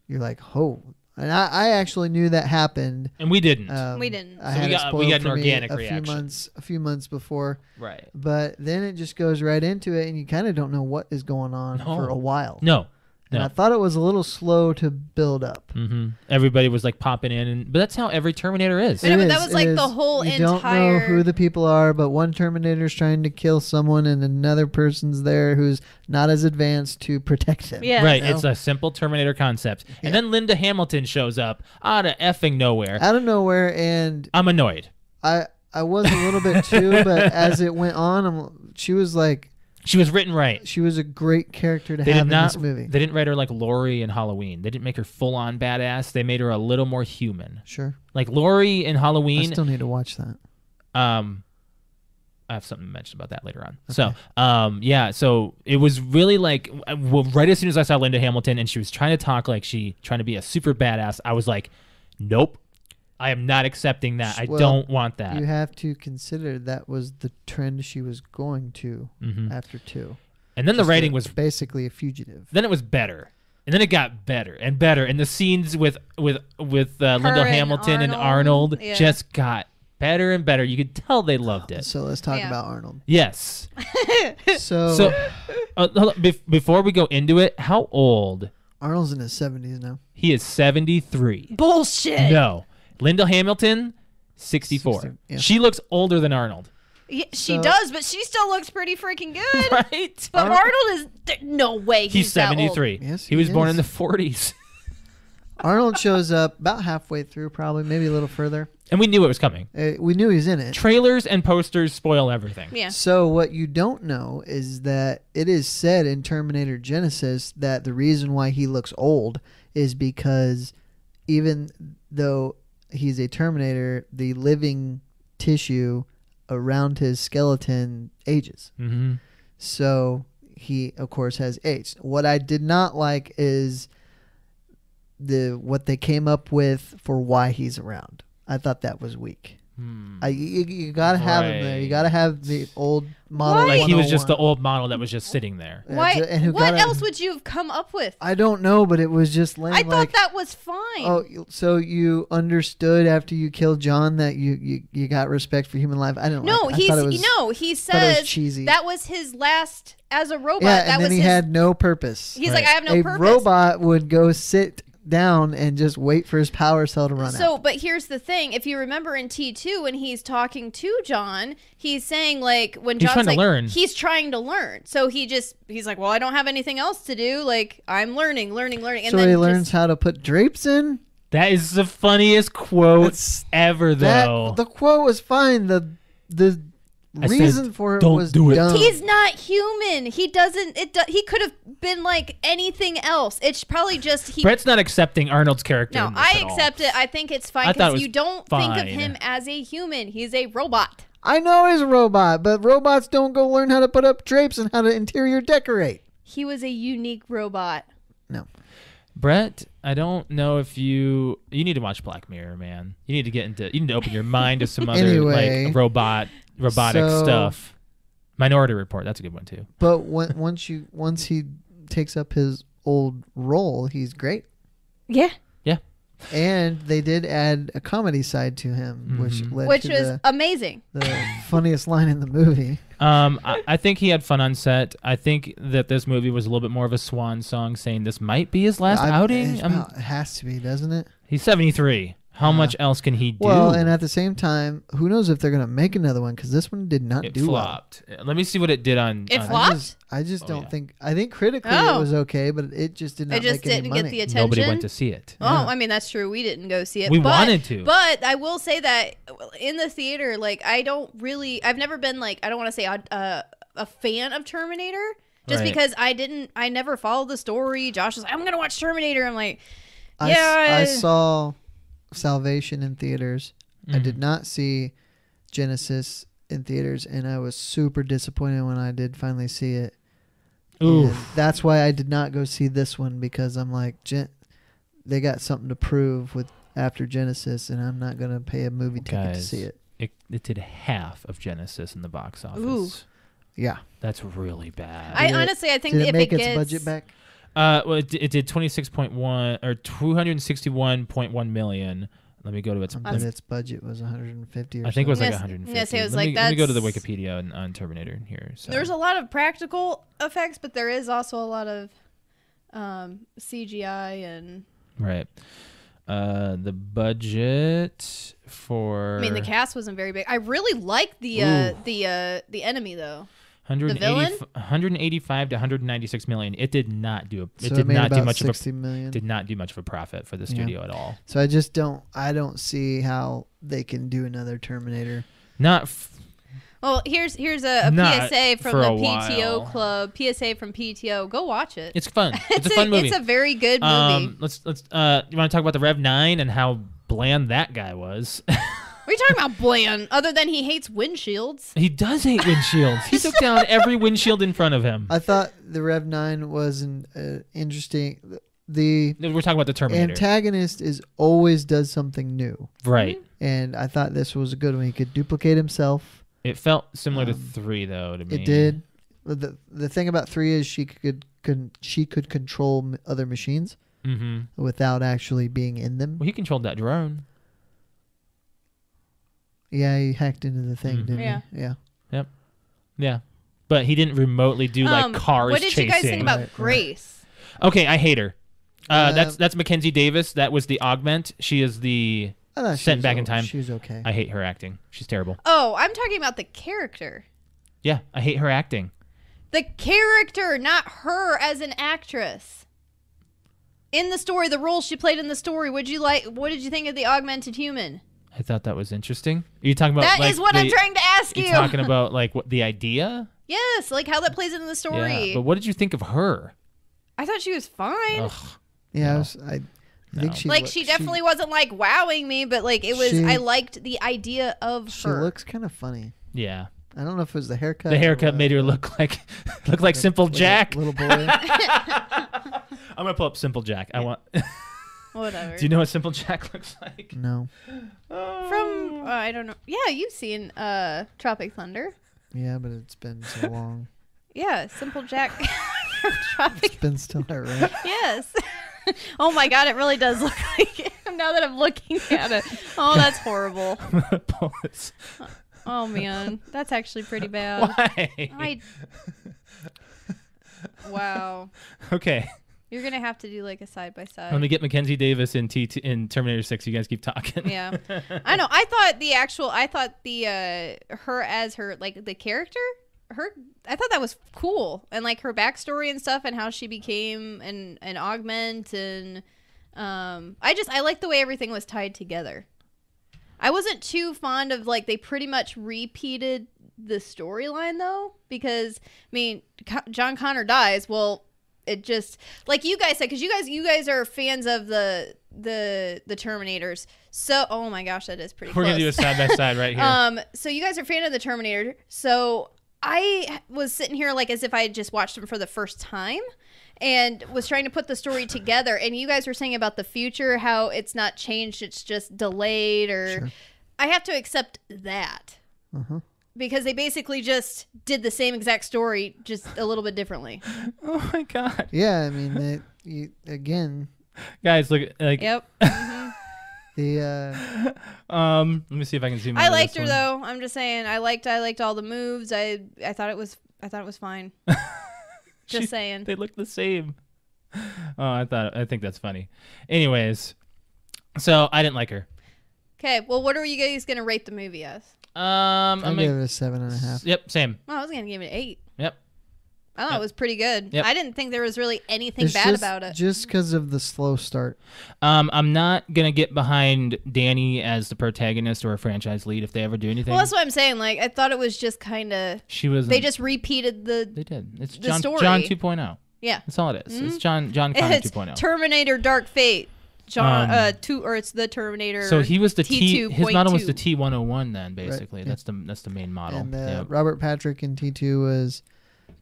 you're like oh And I, I actually knew that happened.
and we didn't.
Um,
We didn't.
I
So we
had
got-
it
we
spoiled
got an
for me
organic
a few
reaction.
months a few months before,
right.
but then it just goes right into it, and you kind of don't know what is going on
No.
for a while.
No.
And
no.
I thought it was a little slow to build up.
hmm Everybody was like popping in, and but that's how every Terminator is.
I know,
It
but that
is,
was,
it
like, the
is.
whole
You don't know
entire-
who the people are, but one Terminator's trying to kill someone, and another person's there who's not as advanced to protect him.
Yeah.
right.
No.
It's a simple Terminator concept. And then Linda Hamilton shows up out of effing nowhere.
Out of nowhere, and
I'm annoyed.
I I was a little
(laughs)
bit too, but as it went on, I'm, she was like
She was written right.
she was a great character to
They
have
did
in
not.
this movie.
They didn't write her like Laurie in Halloween. They didn't make her full on badass. They made her a little more human.
sure,
Like Laurie in
I
Halloween.
still need to watch that.
um I have something to mention about that later on. So, um, yeah, so it was really like uh, well, right as soon as I saw Linda Hamilton and she was trying to talk like she trying to be a super badass, I was like, nope, I am not accepting that. I
Well,
don't want that.
You have to consider that was the trend she was going to
Mhm.
after two.
And then the
Just
writing
a-
was
basically a fugitive.
then it was better and then it got better and better and the scenes with with with uh, linda
and
hamilton and
Arnold,
arnold
yeah.
just got better and better you could tell they loved it
So let's talk
Yeah.
about
(laughs)
Arnold.
yes
So,
so uh, hold on, bef- before we go into it how old
Arnold's in his seventies now.
he is 73
Bullshit.
no linda hamilton 64
Sixty- yeah.
she looks older than arnold
Yeah, she
So-
does, but she still looks pretty freaking
(laughs)
good.
right
(laughs) But
Arnold-
Arnold is there, no way he's,
he's,
that old.
73
Yes,
he was
he
born
is.
in the 40s
Arnold shows up about halfway through, probably maybe a little further.
(laughs) and we knew it was coming
Uh, we knew he's in it.
trailers and posters spoil everything
Yeah.
So what you don't know is that it is said in Terminator Genesis that the reason why he looks old is because even though he's a Terminator, the living tissue around his skeleton ages.
hmm
So he of course has aged. What I did not like is the what they came up with for why he's around. I thought that was weak.
Hmm.
I, you, you gotta have him there. You
Right.
gotta have the old model.
Why?
like he was just the
101.
old model that was just sitting there.
Yeah,
Why?
ju- and who
what
gotta-
else would you have come up with?
I don't know, but it was just lame.
I
like,
thought that was fine.
Oh, you- so you understood after you killed John that you you, you got respect for human life? I don't.
no,
like, I
he's
thought it was,
no. He
thought it was
says
cheesy.
that was his last as a robot.
Yeah,
that
and
was
then he
his.
had no purpose.
he's
Right.
like, I have no
a
purpose.
robot would go sit down and just wait for his power cell to run
So,
out.
but here's the thing: if you remember in T two, when he's talking to John, he's saying like when
He's
John's
trying to
like,
learn.
he's trying to learn. So he just he's like, well, I don't have anything else to do. Like I'm learning, learning, learning, and
So
then
he
just-
learns how to put drapes in.
That is the funniest quote
That's-
ever,
That
though.
the quote was fine. The the
I said,
reason for it
"Don't
was
do it."
dumb.
He's not human. He doesn't. It. Do, he could have been like anything else. It's probably just he.
Brett's not accepting Arnold's character.
no,
in this
I
at all.
accept it. I think it's
I
fine
thought it
because
was
you don't think of
fine.
him as a human. He's a robot.
I know he's a robot, but robots don't go learn how to put up drapes and how to interior decorate.
He was a unique robot.
No.
Brett, I don't know if you you need to watch Black Mirror, man. You need to get into you need to open your mind to
(laughs)
some other
Anyway,
like robot robotic
so-
stuff. Minority Report, that's a good one too.
But when, once you once he takes up his old role, he's great.
Yeah.
And they did add a comedy side to him, which led
Which
to
was
the,
amazing.
the funniest line in the movie. (laughs)
Um, I, I think he had fun on set. I think that this movie was a little bit more of a swan song, saying this might be his last
I-
outing.
it's
Um,
about- it has to be, doesn't it?
he's seventy three. How much else can he do?
Well, and at the same time, who knows if they're gonna make another one? Because this one did not
it
do well.
flopped. Uh, Let me see what it did on.
It
on-
flopped?
I just, I just
Oh,
don't
yeah.
think. I think critically it
Oh.
was okay, but it just did not.
It just
make any
didn't
money.
get the attention.
Nobody went to see it.
Oh, I mean that's true. We didn't go see it.
We
but,
wanted to.
but I will say that in the theater, like I don't really, I've never been like I don't want to say a, a, a fan of Terminator, just
Right.
because I didn't, I never followed the story. Josh was like, I'm gonna watch Terminator. I'm like,
I, s- I
Yeah.
saw Salvation in theaters.
Mm.
I did not see Genesis in theaters, and I was super disappointed when I did finally see it.
Oof.
And that's why I did not go see this one because I'm like, Gen- they got something to prove with after Genesis, and I'm not gonna pay a movie ticket to
Guys.
see it.
It, it did half of Genesis in the box office.
Ooh.
Yeah,
That's really bad.
I
Did it-
honestly, I think
did
if
it make
it
its
gets
budget back?
Uh, well, it, d- it did 26.1 or 261.1 million. Let me go to its.
I bet its budget was 150 or
I think it was like
Yes,
150.
yes, it was
let,
like
me, let me go to the
that's-
Wikipedia on, on Terminator here. So.
There's a lot of practical effects, but there is also a lot of um, CGI and
right. Uh, the budget for
I mean the cast wasn't very big. I really liked the
Ooh.
uh, the uh, the enemy though.
180
villain?
185 to 196 million. It did not do a,
So
it did
made
not do
about
much of
60 million.
a did not do much of a profit for the
Yeah.
studio at all.
So I just don't I don't see how they can do another Terminator.
Not f-
Well, here's here's a, a
Not
PSA from
for
the
a
PTO
while.
club. PSA from PTO. Go watch it. (laughs)
it's fun. It's, a fun movie.
It's a very good movie.
Um, let's let's uh, you want to talk about the Rev Nine and how bland that guy was. (laughs)
What are you talking about, Bland? Other than he hates windshields.
he does hate windshields. He took down every windshield in front of
(laughs)
him.
I thought the Rev 9 was an uh, interesting the
We're talking about the Terminator,
antagonist is always does something new.
right?
Mm-hmm.
And I thought this was a good one. He could duplicate himself.
It felt similar to
Um,
three though to me.
It did. The the thing about 3 is she could con, she could control m- other machines
Mm-hmm.
without actually being in them.
Well, he controlled that drone.
Yeah, he hacked into the thing,
Mhm.
didn't
Yeah.
he? Yeah.
Yeah, but he didn't remotely do like
Um,
cars
What did
chasing.
you guys think about
Right, right.
Grace?
Okay, I hate her. Uh,
Uh,
that's that's Mackenzie Davis. That was the augment. She is the.
I thought she
Sent
was
back in
o-
time.
She was okay.
I hate her acting. She's terrible.
Oh, I'm talking about the character.
Yeah, I hate her acting.
The character, not her as an actress. In the story, the role she played in the story. Would you like? What did you think of the augmented human?
I thought that was interesting. Are you talking about
That is
like,
what I'm
the-
trying to ask you.
You're talking about like what the idea?
(laughs) yes, like how that plays into the story.
Yeah. But what did you think of her?
I thought she was fine.
Ugh.
yeah, I,
No.
was, I, I
No.
think she
like
look-
she definitely wasn't like wowing me, but like it was.
She-
I liked the idea of
she
her.
looks kind of funny.
Yeah.
I don't know if it was the haircut.
The
or
haircut
what,
made her
but
look like (laughs) look like Simple
little-
Jack.
Little boy.
(laughs) I'm gonna pull up Simple Jack. I want. (laughs)
Whatever.
Do you know what Simple Jack (laughs) looks like?
no.
From uh, I don't know. Yeah, you've seen uh Tropic Thunder.
Yeah, but it's
(laughs)
been so long.
Yeah, Simple Jack (laughs) from Tropic. (laughs)
It's been still there,
(laughs)
right?
Yes. (laughs) oh my God, it really does look (laughs) like it. Now that I'm looking at it. Oh, that's horrible.
(laughs) I'm gonna pull this.
Oh man, that's actually pretty bad.
Why?
I. Wow,
(laughs) Okay.
you're gonna have to do like a side by side.
Let me get Mackenzie Davis in T in Terminator Six. You guys keep talking.
yeah i know i thought the actual i thought the uh her as her like the character her i thought that was cool and like her backstory and stuff and how she became an an augment and um i just i like the way everything was tied together i wasn't too fond of like they pretty much repeated the storyline though because i mean Co- john connor dies well it just like you guys said because you guys you guys are fans of the the the terminators so oh my gosh that is pretty
We're
close.
gonna do a side by side (laughs) right here.
um so you guys are fan of the terminator so i was sitting here like as if i had just watched them for the first time and was trying to put the story together and you guys were saying about the future how it's not changed it's just delayed or
Sure.
i have to accept that
Uh-huh.
because they basically just did the same exact story just a little bit differently
oh my god,
Yeah, I mean, they, you, again,
guys! Look, like,
yep Mm-hmm.
the uh,
um, let me see if I can zoom.
I
into
liked
this
her
one.
though. I'm just saying, I liked I liked all the moves. I I thought it was I thought it was fine. just
She-
saying.
They look the same. Oh, I thought I think that's funny. Anyways, so I didn't like her.
Okay, well, what are you guys gonna rate the movie as?
Um,
I
I'm
gave
like,
it a seven and a half.
yep, same.
Well, I was gonna give it an eight.
Yep.
I thought
Yep.
it was pretty good.
Yep.
I didn't think there was really anything
It's
bad
just,
about it.
Just because of the slow start.
Um, I'm not gonna get behind Danny as the protagonist or a franchise lead if they ever do anything.
Well, that's what I'm saying. Like, I thought it was just kind of
she was.
they just repeated the
Mm. they did. It's
the
John
story.
John 2.0.
yeah.
That's all it is. It's John John Connor
(laughs) It's
2.0.
Terminator Dark Fate. John
oh. Um,
uh two or it's the Terminator.
so he was the T. His model was the
2.2.
T101 then basically.
yeah.
That's the that's the main model.
And uh,
Yep.
Robert Patrick in T2 was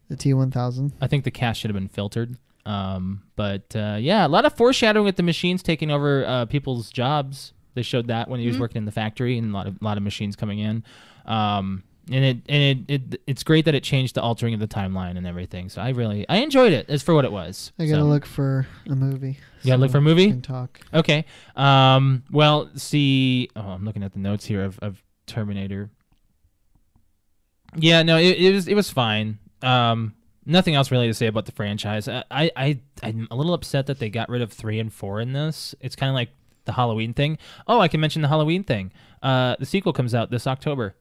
the T1000.
I think the cast should have been filtered. Um, but uh, yeah, a lot of foreshadowing with the machines taking over uh, people's jobs. They showed that when he was working in the factory, and a lot of lot of machines coming in. Um, and it and it, it it's great that it changed the altering of the timeline and everything. So I really I enjoyed it as for what it was.
I gotta
So,
look for a movie.
You gotta look
so
for a movie?
we can talk.
Okay. Um. Well, see. Oh, I'm looking at the notes here of, of Terminator. Yeah. No. It, it was it was fine. Um. Nothing else really to say about the franchise. I, I I I'm a little upset that they got rid of three and four in this. It's kind of like the Halloween thing. Oh, I can mention the Halloween thing. Uh, the sequel comes out this October.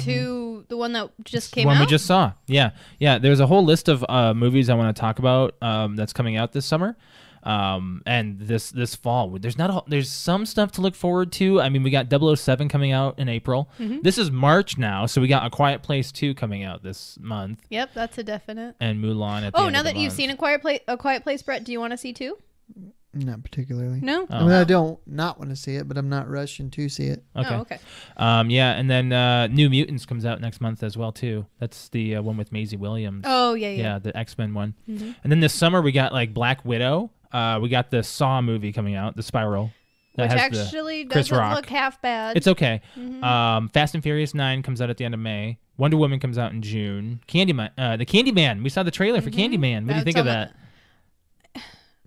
to the one that just
The
came
one
out.
we just saw. Yeah, yeah. There's a whole list of uh, movies I want to talk about um, that's coming out this summer, um, and this this fall. There's not a, there's some stuff to look forward to. I mean, we got 007 coming out in April.
Mm-hmm.
This is March now, so we got A Quiet Place 2 coming out this month,
yep, that's a definite.
and Mulan at the
Oh,
end
now
of the
that you've
month.
seen a quiet place, a quiet place, Brett, do you want to see two?
Not particularly.
No.
Oh.
I mean, I don't not want to see it, but I'm not rushing to see it.
Okay.
Oh, okay.
Um, yeah, and then uh, New Mutants comes out next month as well too. That's the uh, one with Maisie Williams.
Oh yeah, yeah. Mm-hmm.
yeah the x-men one and then this summer we got like black widow uh we got the saw movie coming out the spiral
Which
has the-
actually Mm-hmm.
Chris
doesn't
Rock.
look half bad.
it's okay um fast and furious 9 comes out at the end of may wonder woman comes out in june candyman uh the candyman we saw the trailer for candyman what do you
Mm-hmm. That's
think of
on my-
that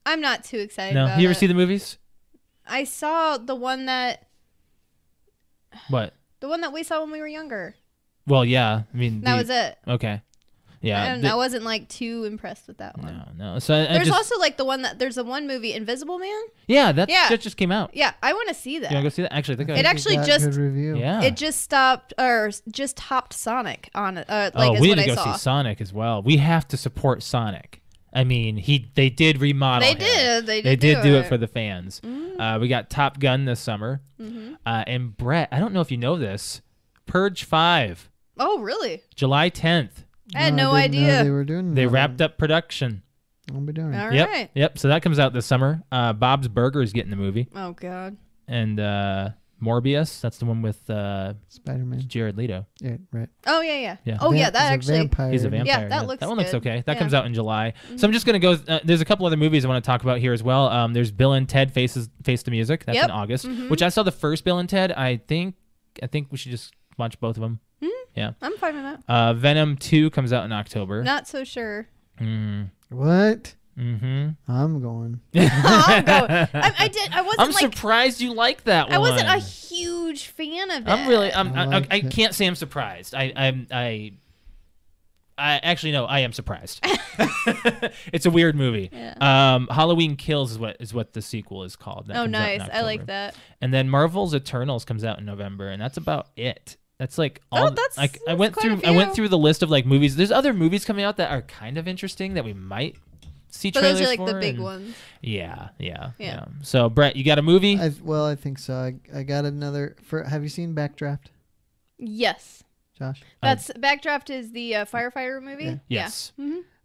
I'm not too excited.
no
about
you ever
it.
see the movies
I saw the one that
what
the one that we saw when we were younger.
well yeah i mean
That
the-
was it.
okay
I,
yeah
don't
the-
know, I wasn't like too impressed with that one.
no no so I, I
There's
just
also like the one that there's the one movie Invisible Man.
yeah that
Yeah.
that just came out
Yeah, I want to see that.
you want to go see that actually I think I-
It
We
actually
got
just-
good review.
yeah
It just stopped or s- just topped Sonic on it. Uh, like
oh,
is
we need
what
to go
I saw.
see Sonic as well. We have to support Sonic. I mean, he they did remodel.
They
him.
did, they did
They did
do
do it
it. Mm.
for the fans. Uh, we got Top Gun this summer,
Mm-hmm.
uh, and Brett. I don't know if you know this. Purge Five,
oh, really?
July tenth.
I had no,
I didn't know
idea.
they were doing.
They wrapped up production.
I'll be doing.
All right.
yep, yep. So that comes out this summer. Uh, Bob's Burger is getting the movie,
Oh God.
and uh, Morbius. That's the one with uh,
Spider Man.
Jared Leto.
Yeah, right.
Oh yeah, yeah.
Yeah.
Oh yeah,
Vamp is
that
a
actually.
Vampire.
He's a
Yeah,
vampire.
that looks
that one looks
good.
okay. That
Yeah. Mm-hmm.
comes out in July. So I'm just gonna go. Uh, there's a couple other movies I want to talk about here as well. Um, there's Bill and Ted Faces Face to Music. That's
Yep. Mm-hmm.
in August, which I saw the first Bill and Ted. I think I think we should just watch both of them.
I'm fine
(laughs)
with that.
Uh, Venom Two comes out in October.
Not so sure. (laughs)
Mm.
What?
Hmm.
I'm going.
I'm going. I, I did. I
(laughs)
wasn't
I'm
like.
surprised you like that one.
I wasn't a huge fan of it.
I'm really. I'm,
I
I, I,
liked
I
it.
can't say I'm surprised. I. I'm. I. I actually no. I am surprised. (laughs) it's a weird movie.
Yeah.
Um, Halloween Kills is what is what the sequel is called. That
oh,
comes out in
nice. I like
October.
that.
And then Marvel's Eternals comes out in November, and that's about it. That's like all.
Oh, that's-
like I
that's
went
quite a
through. I went
few.
through the list of like movies. There's other movies coming out that are kind of interesting that we might see
But
trailers
those are like the
for,
big
and-
ones.
Yeah, yeah, yeah,
Yeah.
So Brett, you got a movie?
I well, I think so. I, I got another. For have you seen Backdraft,
Yes.
Josh?
That's Backdraft is the uh, firefighter movie.
Yeah.
yes.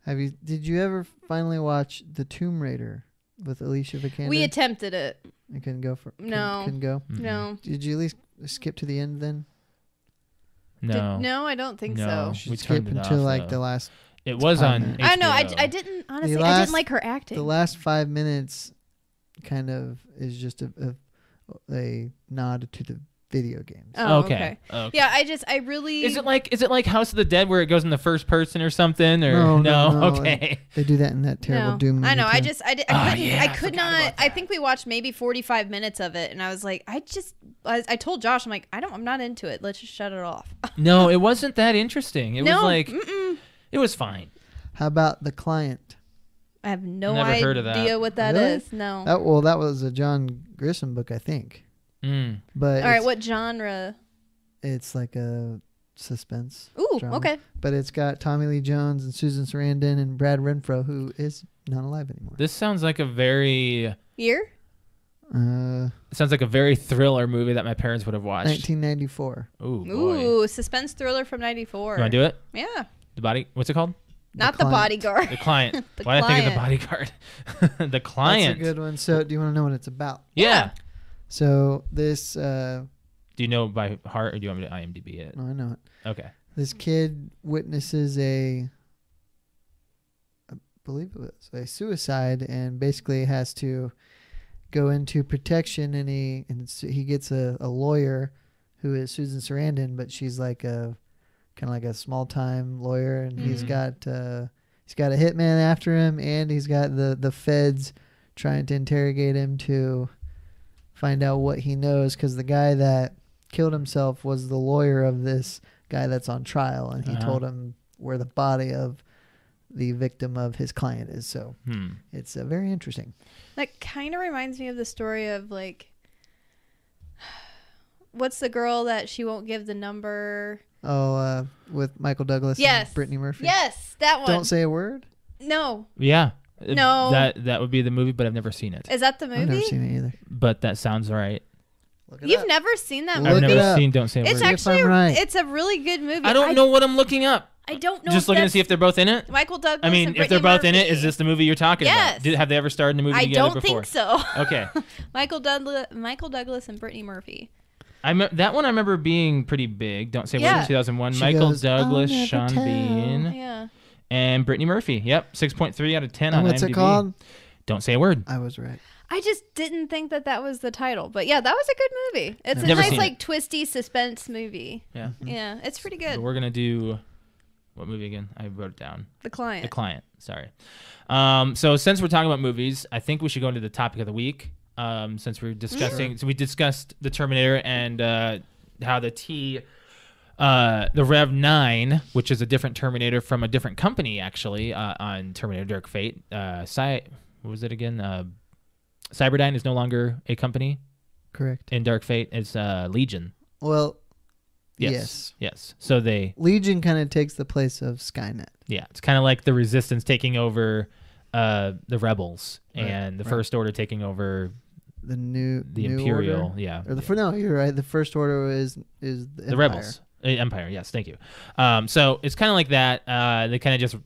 Have you? Did you ever finally watch The Tomb Raider with Alicia
Yeah.
Vikander?
We attempted it.
I couldn't go for. couldn't-
No.
Couldn't go.
Mm-hmm.
No.
Did you at least skip to the end then?
Did-
No.
no, I don't think
No.
so.
She-
Should
Oh, We
skip
turned it
until
off, uh,
like
though.
the last
It was on.
It's
I know. I,
HBO.
I didn't honestly. I
last-
didn't like her acting.
the last five minutes. Kind of is just a a, a nod to the video games.
oh, okay.
okay. okay.
Yeah, I just I really.
Is it like is it like House of the Dead where it goes in the first person or something or
No, no, no.
(laughs) okay
They do that in that terrible
no.
Doom.
I know. I
movie, too.
just I, did,
Oh,
I couldn't.
yeah,
I
I
could
forgot
not.
about
I
that.
think we watched maybe forty five minutes of it, and I was like, I just I, I told Josh, I'm like, I don't. I'm not into it. Let's just shut it off.
no it wasn't that interesting it
(laughs) no, mm.
was like
mm-mm.
it was fine
How about the client?
I have no
Never
idea
heard of that.
what that is.
Really?
No.
That well, that was a John Grisham book, I think.
Mm.
But
All right,
it's,
what genre?
it's like a suspense.
Ooh,
drama.
okay.
But it's got Tommy Lee Jones and Susan Sarandon and Brad Renfro, who is not alive anymore.
this sounds like a very
Year?
Uh,
It sounds like a very thriller movie that my parents would have watched.
1994.
Ooh, boy. You
Ooh, suspense thriller from '94.
want to do it?
Yeah.
The body. What's it called?
Not the,
(laughs)
Client.
bodyguard. (laughs)
The client.
The
Why did I think of the
Client.
bodyguard? (laughs) the client.
That's a good one. So, do you want to know what it's about?
yeah.
So, this uh,
Do you know by heart, or do you want me to IMDb it?
no, I know it.
Okay.
This kid witnesses a, I believe it was a suicide, and basically has to go into protection, and he and it's- he gets a, a lawyer who is Susan Sarandon, but she's like a kind of like a small time lawyer, and he's got uh, he's got a hitman after him, and he's got the the feds trying to interrogate him to find out what he knows because the guy that killed himself was the lawyer of this guy that's on trial, and he
Uh-huh.
told him where the body of the victim of his client is. So
Hmm.
it's uh, very interesting.
That kind of reminds me of the story of like, (sighs) what's the girl that she won't give the number?
Oh, uh, with Michael Douglas
Yes.
and Brittany Murphy.
Yes, that one.
Don't say a word.
no,
Yeah.
No.
That that would be the movie, but I've never seen it.
is that the
I've never
movie?
seen it either.
But that sounds right.
Look it
You've
up.
never seen that
Look
I've
movie.
never
it up.
seen Don't Say a
It's
Word.
if
actually
I'm right.
it's a really good movie.
I don't know what I'm looking up.
I don't know.
Just
if
looking to
that's
see if they're both in it.
Michael Douglas.
I mean,
and
if they're
Brittany
both in it,
Murphy.
is this the movie you're talking
Yes.
about? Did, have they ever starred in a movie
I
together
don't
before?
think so.
Okay.
(laughs) Michael Douglas, Michael Douglas, and Brittany Murphy.
I me- that one I remember being pretty big. Don't say
Yeah.
word in 2001.
She
Michael
goes,
Douglas,
"I'll never
Sean
tell."
Bean,
Yeah.
and Brittany Murphy. Yep, 6.3 out of 10
And
on
what's
IMDb.
it called?
Don't say a word.
I was right.
I just didn't think that that was the title, but yeah, that was a good movie. It's a
Never
nice
seen Hmm.
like twisty suspense movie.
Yeah.
Yeah, it's pretty
But
good.
we're gonna do what movie again? I wrote it down.
The client.
The client. Sorry. Um, so since we're talking about movies, I think we should go into the topic of the week. Um, since we're discussing, so we discussed the Terminator and uh, how the T, uh, the Rev Nine, which is a different Terminator from a different company, actually, uh, on Terminator Dark Fate. Uh, Cy, what was it again? Uh, Cyberdyne is no longer a company
Correct.
in Dark Fate. It's uh, Legion.
Well,
Yes.
yes.
Yes. So they
Legion kind of takes the place of Skynet.
Yeah, it's kind of like the resistance taking over uh, the rebels and the
right.
first order taking over
The new
the
new
imperial.
Order?
Yeah,
Or the
yeah.
for no, you're right. The first order is is the,
the
Empire.
rebels Uh, empire. Yes, thank you. Um, so it's kind of like that. Uh, they kind of just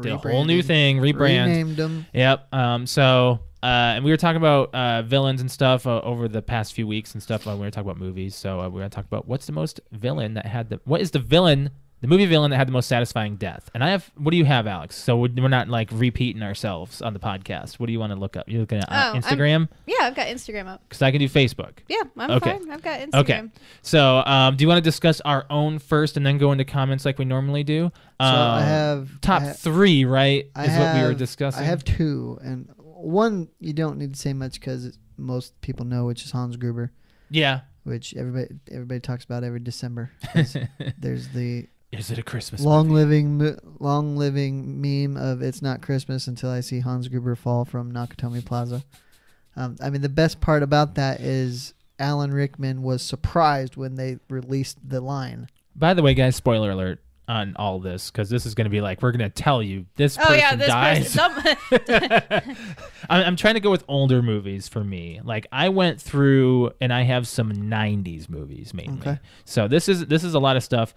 did a whole new
Rebranded.
thing, rebrand.
Renamed them.
Yep. Um, so, uh, and we were talking about uh, villains and stuff uh, over the past few weeks and stuff. Uh, we were talking about movies. So uh, we are gonna talk about what's the most villain that had the what is the villain the movie villain that had the most satisfying death. And I have what do you have, Alex? So we're we're not like repeating ourselves on the podcast. What do you want to look up? You looking at uh,
Oh, I'm-
Instagram?
yeah, I've got Instagram up.
Because I can do Facebook.
Yeah, I'm
Okay.
fine. I've got Instagram.
Okay. So, um, do you want to discuss our own first and then go into comments like we normally do?
So I
Um,
have
top
I ha-
three, right?
I
is what we were
have-
discussing.
I have two, and one you don't need to say much because most people know, which is Hans Gruber,
yeah.
which everybody everybody talks about every December.
(laughs)
'cause There's the
Is it a Christmas?
long
movie?
living mo- long living meme of it's not Christmas until I see Hans Gruber fall from Nakatomi Plaza. Um, I mean, the best part about that is Alan Rickman was surprised when they released the line.
By the way, guys, spoiler alert on all this because this is going to be like we're going to tell you this
Oh
person
yeah, this
dies. (laughs)
person. Some, (laughs)
I'm, I'm trying to go with older movies for me. Like I went through and I have some '90s movies mainly.
Okay.
So this is this is a lot of stuff,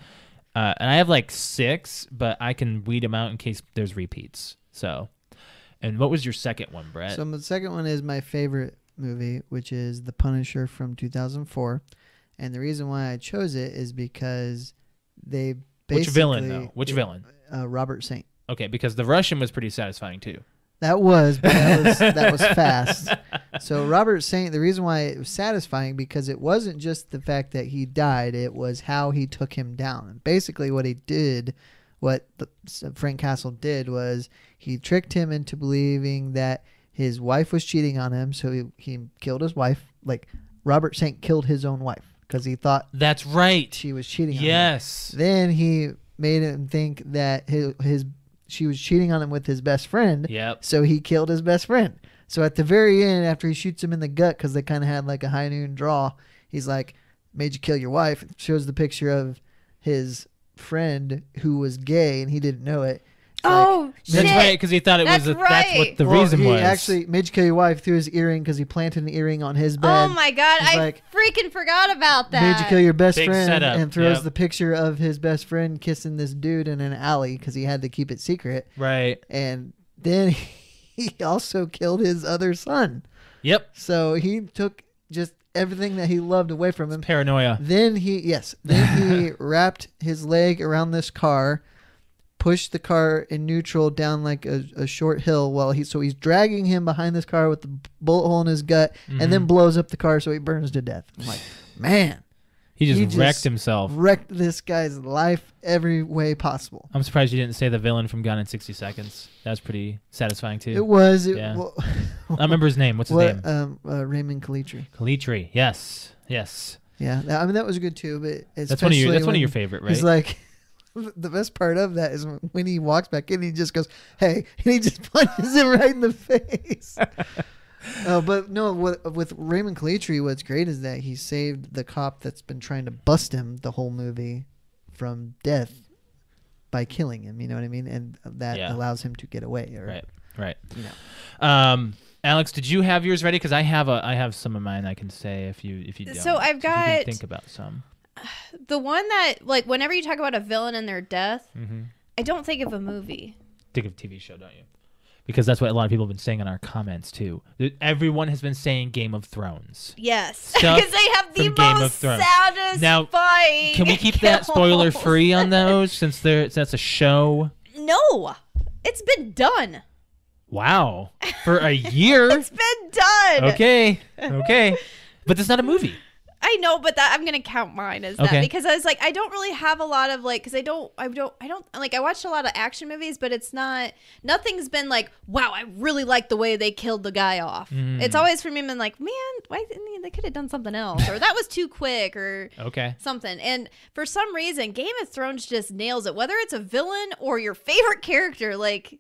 uh, and I have like six, but I can weed them out in case there's repeats. So, and what was your second one, Brett?
So the second one is my favorite movie, which is The Punisher from 2004, and the reason why I chose it is because they basically
Which villain though? Which villain?
Uh, Robert Saint.
Okay, because the Russian was pretty satisfying too.
That was, but that was that was fast. So Robert Saint, the reason why it was satisfying because it wasn't just the fact that he died; it was how he took him down. And basically, what he did, what the, so Frank Castle did, was he tricked him into believing that his wife was cheating on him. So he he killed his wife. Like Robert Saint killed his own wife because he thought
That's right.
she was cheating. on him.
Yes.
Then he made him think that his his she was cheating on him with his best friend.
Yep.
So he killed his best friend. So at the very end, after he shoots him in the gut, because they kind of had like a high noon draw, he's like, "Made you kill your wife." Shows the picture of his friend who was gay and he didn't know it. It's like-
oh shit!
That's right, because he thought it
That's
was. A, That's what
right.
the
Well,
reason
he
was.
actually made you kill your wife through his earring because he planted an earring on his bed.
Oh my god,
He's
I
like,
freaking forgot about that.
Made you kill your best
Big
friend
setup,
and throws
yep.
the picture of his best friend kissing this dude in an alley because he had to keep it secret.
right.
And then (laughs) he also killed his other son.
Yep.
So he took just everything that he loved away from him.
Paranoia.
Then he, yes,
(laughs)
then he wrapped his leg around this car, pushed the car in neutral down like a, a short hill. While he, so he's dragging him behind this car with
Mm-hmm.
the bullet hole in his gut, and then blows up the car so he burns to death. I'm like, man,
He just
He
wrecked
just
himself.
Wrecked this guy's life every way possible.
I'm surprised you didn't say the villain from Gone in 60 Seconds. That was pretty satisfying too.
It was. It,
Yeah.
(laughs) well,
I remember his name. What's his
what,
name?
Um, uh, Raymond Calitri.
Kalitri. Yes. Yes.
Yeah, that- I mean that was good too. But
That's one of your
especially
that's one of
when
your favorite, right?
He's like, (laughs) the best part of that is when he walks back in, he just goes, "Hey," (laughs) and he just punches him right in
(laughs)
the face. Uh, but no, with, with Raymond Calitri, what's great is that he saved the cop that's been trying to bust him the whole movie from death by killing him. You know what I mean? And that
Yeah.
allows him to get away. Or,
Right. Right.
You
Um Alex, did you have yours ready? Because I have a I have some of mine I can say if you if you don't.
So I've
if you can
got-
think about some.
The one that, like, whenever you talk about a villain and their death,
Mm-hmm.
I don't think of a movie.
Think of TV show, don't you? Because that's what a lot of people have been saying in our comments too. That Everyone has been saying Game of Thrones.
Yes, (laughs)
Stuff
because they have the
from Game of
most
Thrones.
saddest.
Now, Can
(laughs)
we keep that spoiler free on those since they're since that's a show?
No, it's been done.
Wow. For
(laughs)
a year.
It's been done. (laughs)
okay. Okay. But that's not a movie.
I know, but that I'm gonna count mine as
Okay.
that because I was like, I don't really have a lot of like, because I don't, I don't, I don't like. I watched a lot of action movies, but it's not nothing's been like, wow, I really like the way they killed the guy off.
Mm.
It's always for me been like, man, why didn't they, they could have done something else, or that was too quick, or
Okay.
something. And for some reason, Game of Thrones just nails it. Whether it's a villain or your favorite (laughs) character, like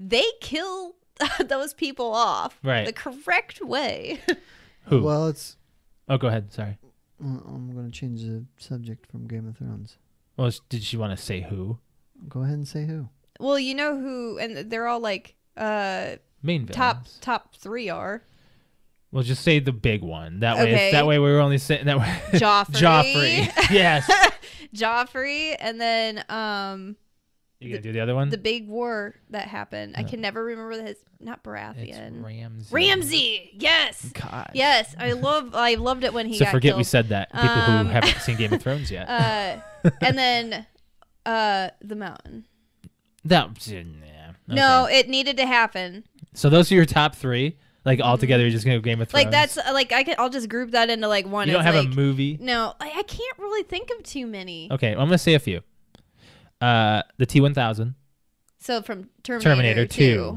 they kill (laughs) those people off
Right.
the correct way. (laughs)
Who?
Well, it's.
oh, go ahead. Sorry.
well, I'm going to change the subject from Game of Thrones.
Well, s- did you want to say who?
Go ahead and say who.
well, you know who, and they're all like uh
Main villains.
top top
(laughs)
three are
Well, just say the big one. That way,
Okay.
that way we were only saying that way. (laughs)
Joffrey.
Joffrey. Yes.
(laughs) Joffrey, and then um
You gonna do the other one?
the big war that happened. I can never remember his not Baratheon.
Ramsey.
Ramsey, yes,
God.
yes. I love I loved it when he
So
got
forget
killed.
we said that. People
Um,
who haven't seen
(laughs)
Game of Thrones yet.
uh, and then uh the mountain.
that. was- Yeah, okay.
No, it needed to happen.
So those are your top three. Like all together, you're just gonna go Game of Thrones.
Mm-hmm. Like that's uh, like I can I'll just group that into like one.
You don't
It's
have
like-
a movie.
No, I, I can't really think of too many.
Okay, well, I'm gonna say a few. Uh, the T1000.
So from Terminator,
Terminator
2.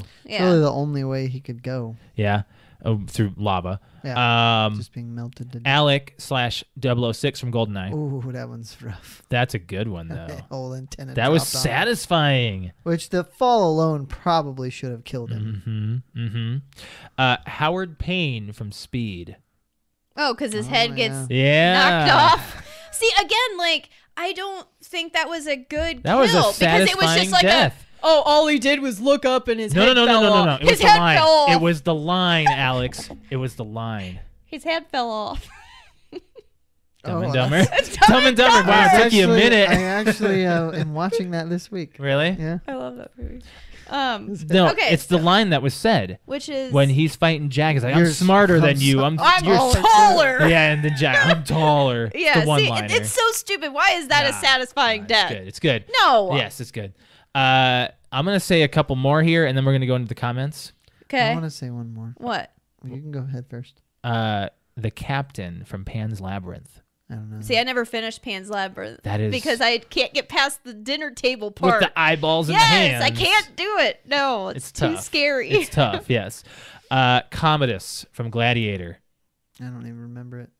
2.
Yeah.
Really, the only way he could go.
Yeah. Oh, through lava.
Yeah.
Um,
just being melted to
Alec slash 006 from Goldeneye.
Ooh, that one's rough. (laughs)
That's a good
(laughs)
one though.
That whole antenna.
That was
dropped on him.
satisfying.
Which the fall alone probably should have killed him.
Mm-hmm. Mm-hmm. Uh, Howard Payne from Speed.
Oh, because his
Oh,
head gets
Yeah.
knocked off. See, again, like I don't think that was a good
That
kill
was a
because it was
satisfying
just like
death.
a oh, all he did was look up and his
No, no,
head
no, no,
fell
no, no,
off.
no. It was
His
the
head
line.
fell off.
It was the line, Alex. it was the line.
his head fell off. (laughs)
Dumb
Oh,
and Dumber.
(laughs)
Dumb
Dumb and Dumber. Wow,
I
it took you a
actually-
minute.
I actually uh, am watching that this week.
really?
Yeah.
I love that movie. Um,
(laughs)
(laughs)
No,
Okay,
it's the line that was said
which is
when he's fighting Jack. He's like,
You're
"I'm smarter
s-
than
I'm
you.
so-
I'm,
I'm
you're
taller.
taller.
(laughs) yeah." And then Jack,
(laughs)
"I'm taller." It's
Yeah,
the one
see,
liner.
it- it's so stupid. Why is that
Nah,
a satisfying death?
Good. It's good.
No.
Yes, it's good. Uh, I'm gonna say a couple more here, and then we're gonna go into the comments.
I
Okay.
want to say one more.
What?
You can go ahead first.
Uh, the captain from Pan's Labyrinth.
I don't know.
See, I never finished Pan's Labyrinth.
That is-
because I can't get past the dinner table part.
With the eyeballs and
yes,
the hands.
I can't do it. No, it's,
It's
too
tough.
scary. (laughs)
It's tough. Yes. Uh, Commodus from Gladiator.
I don't even remember it.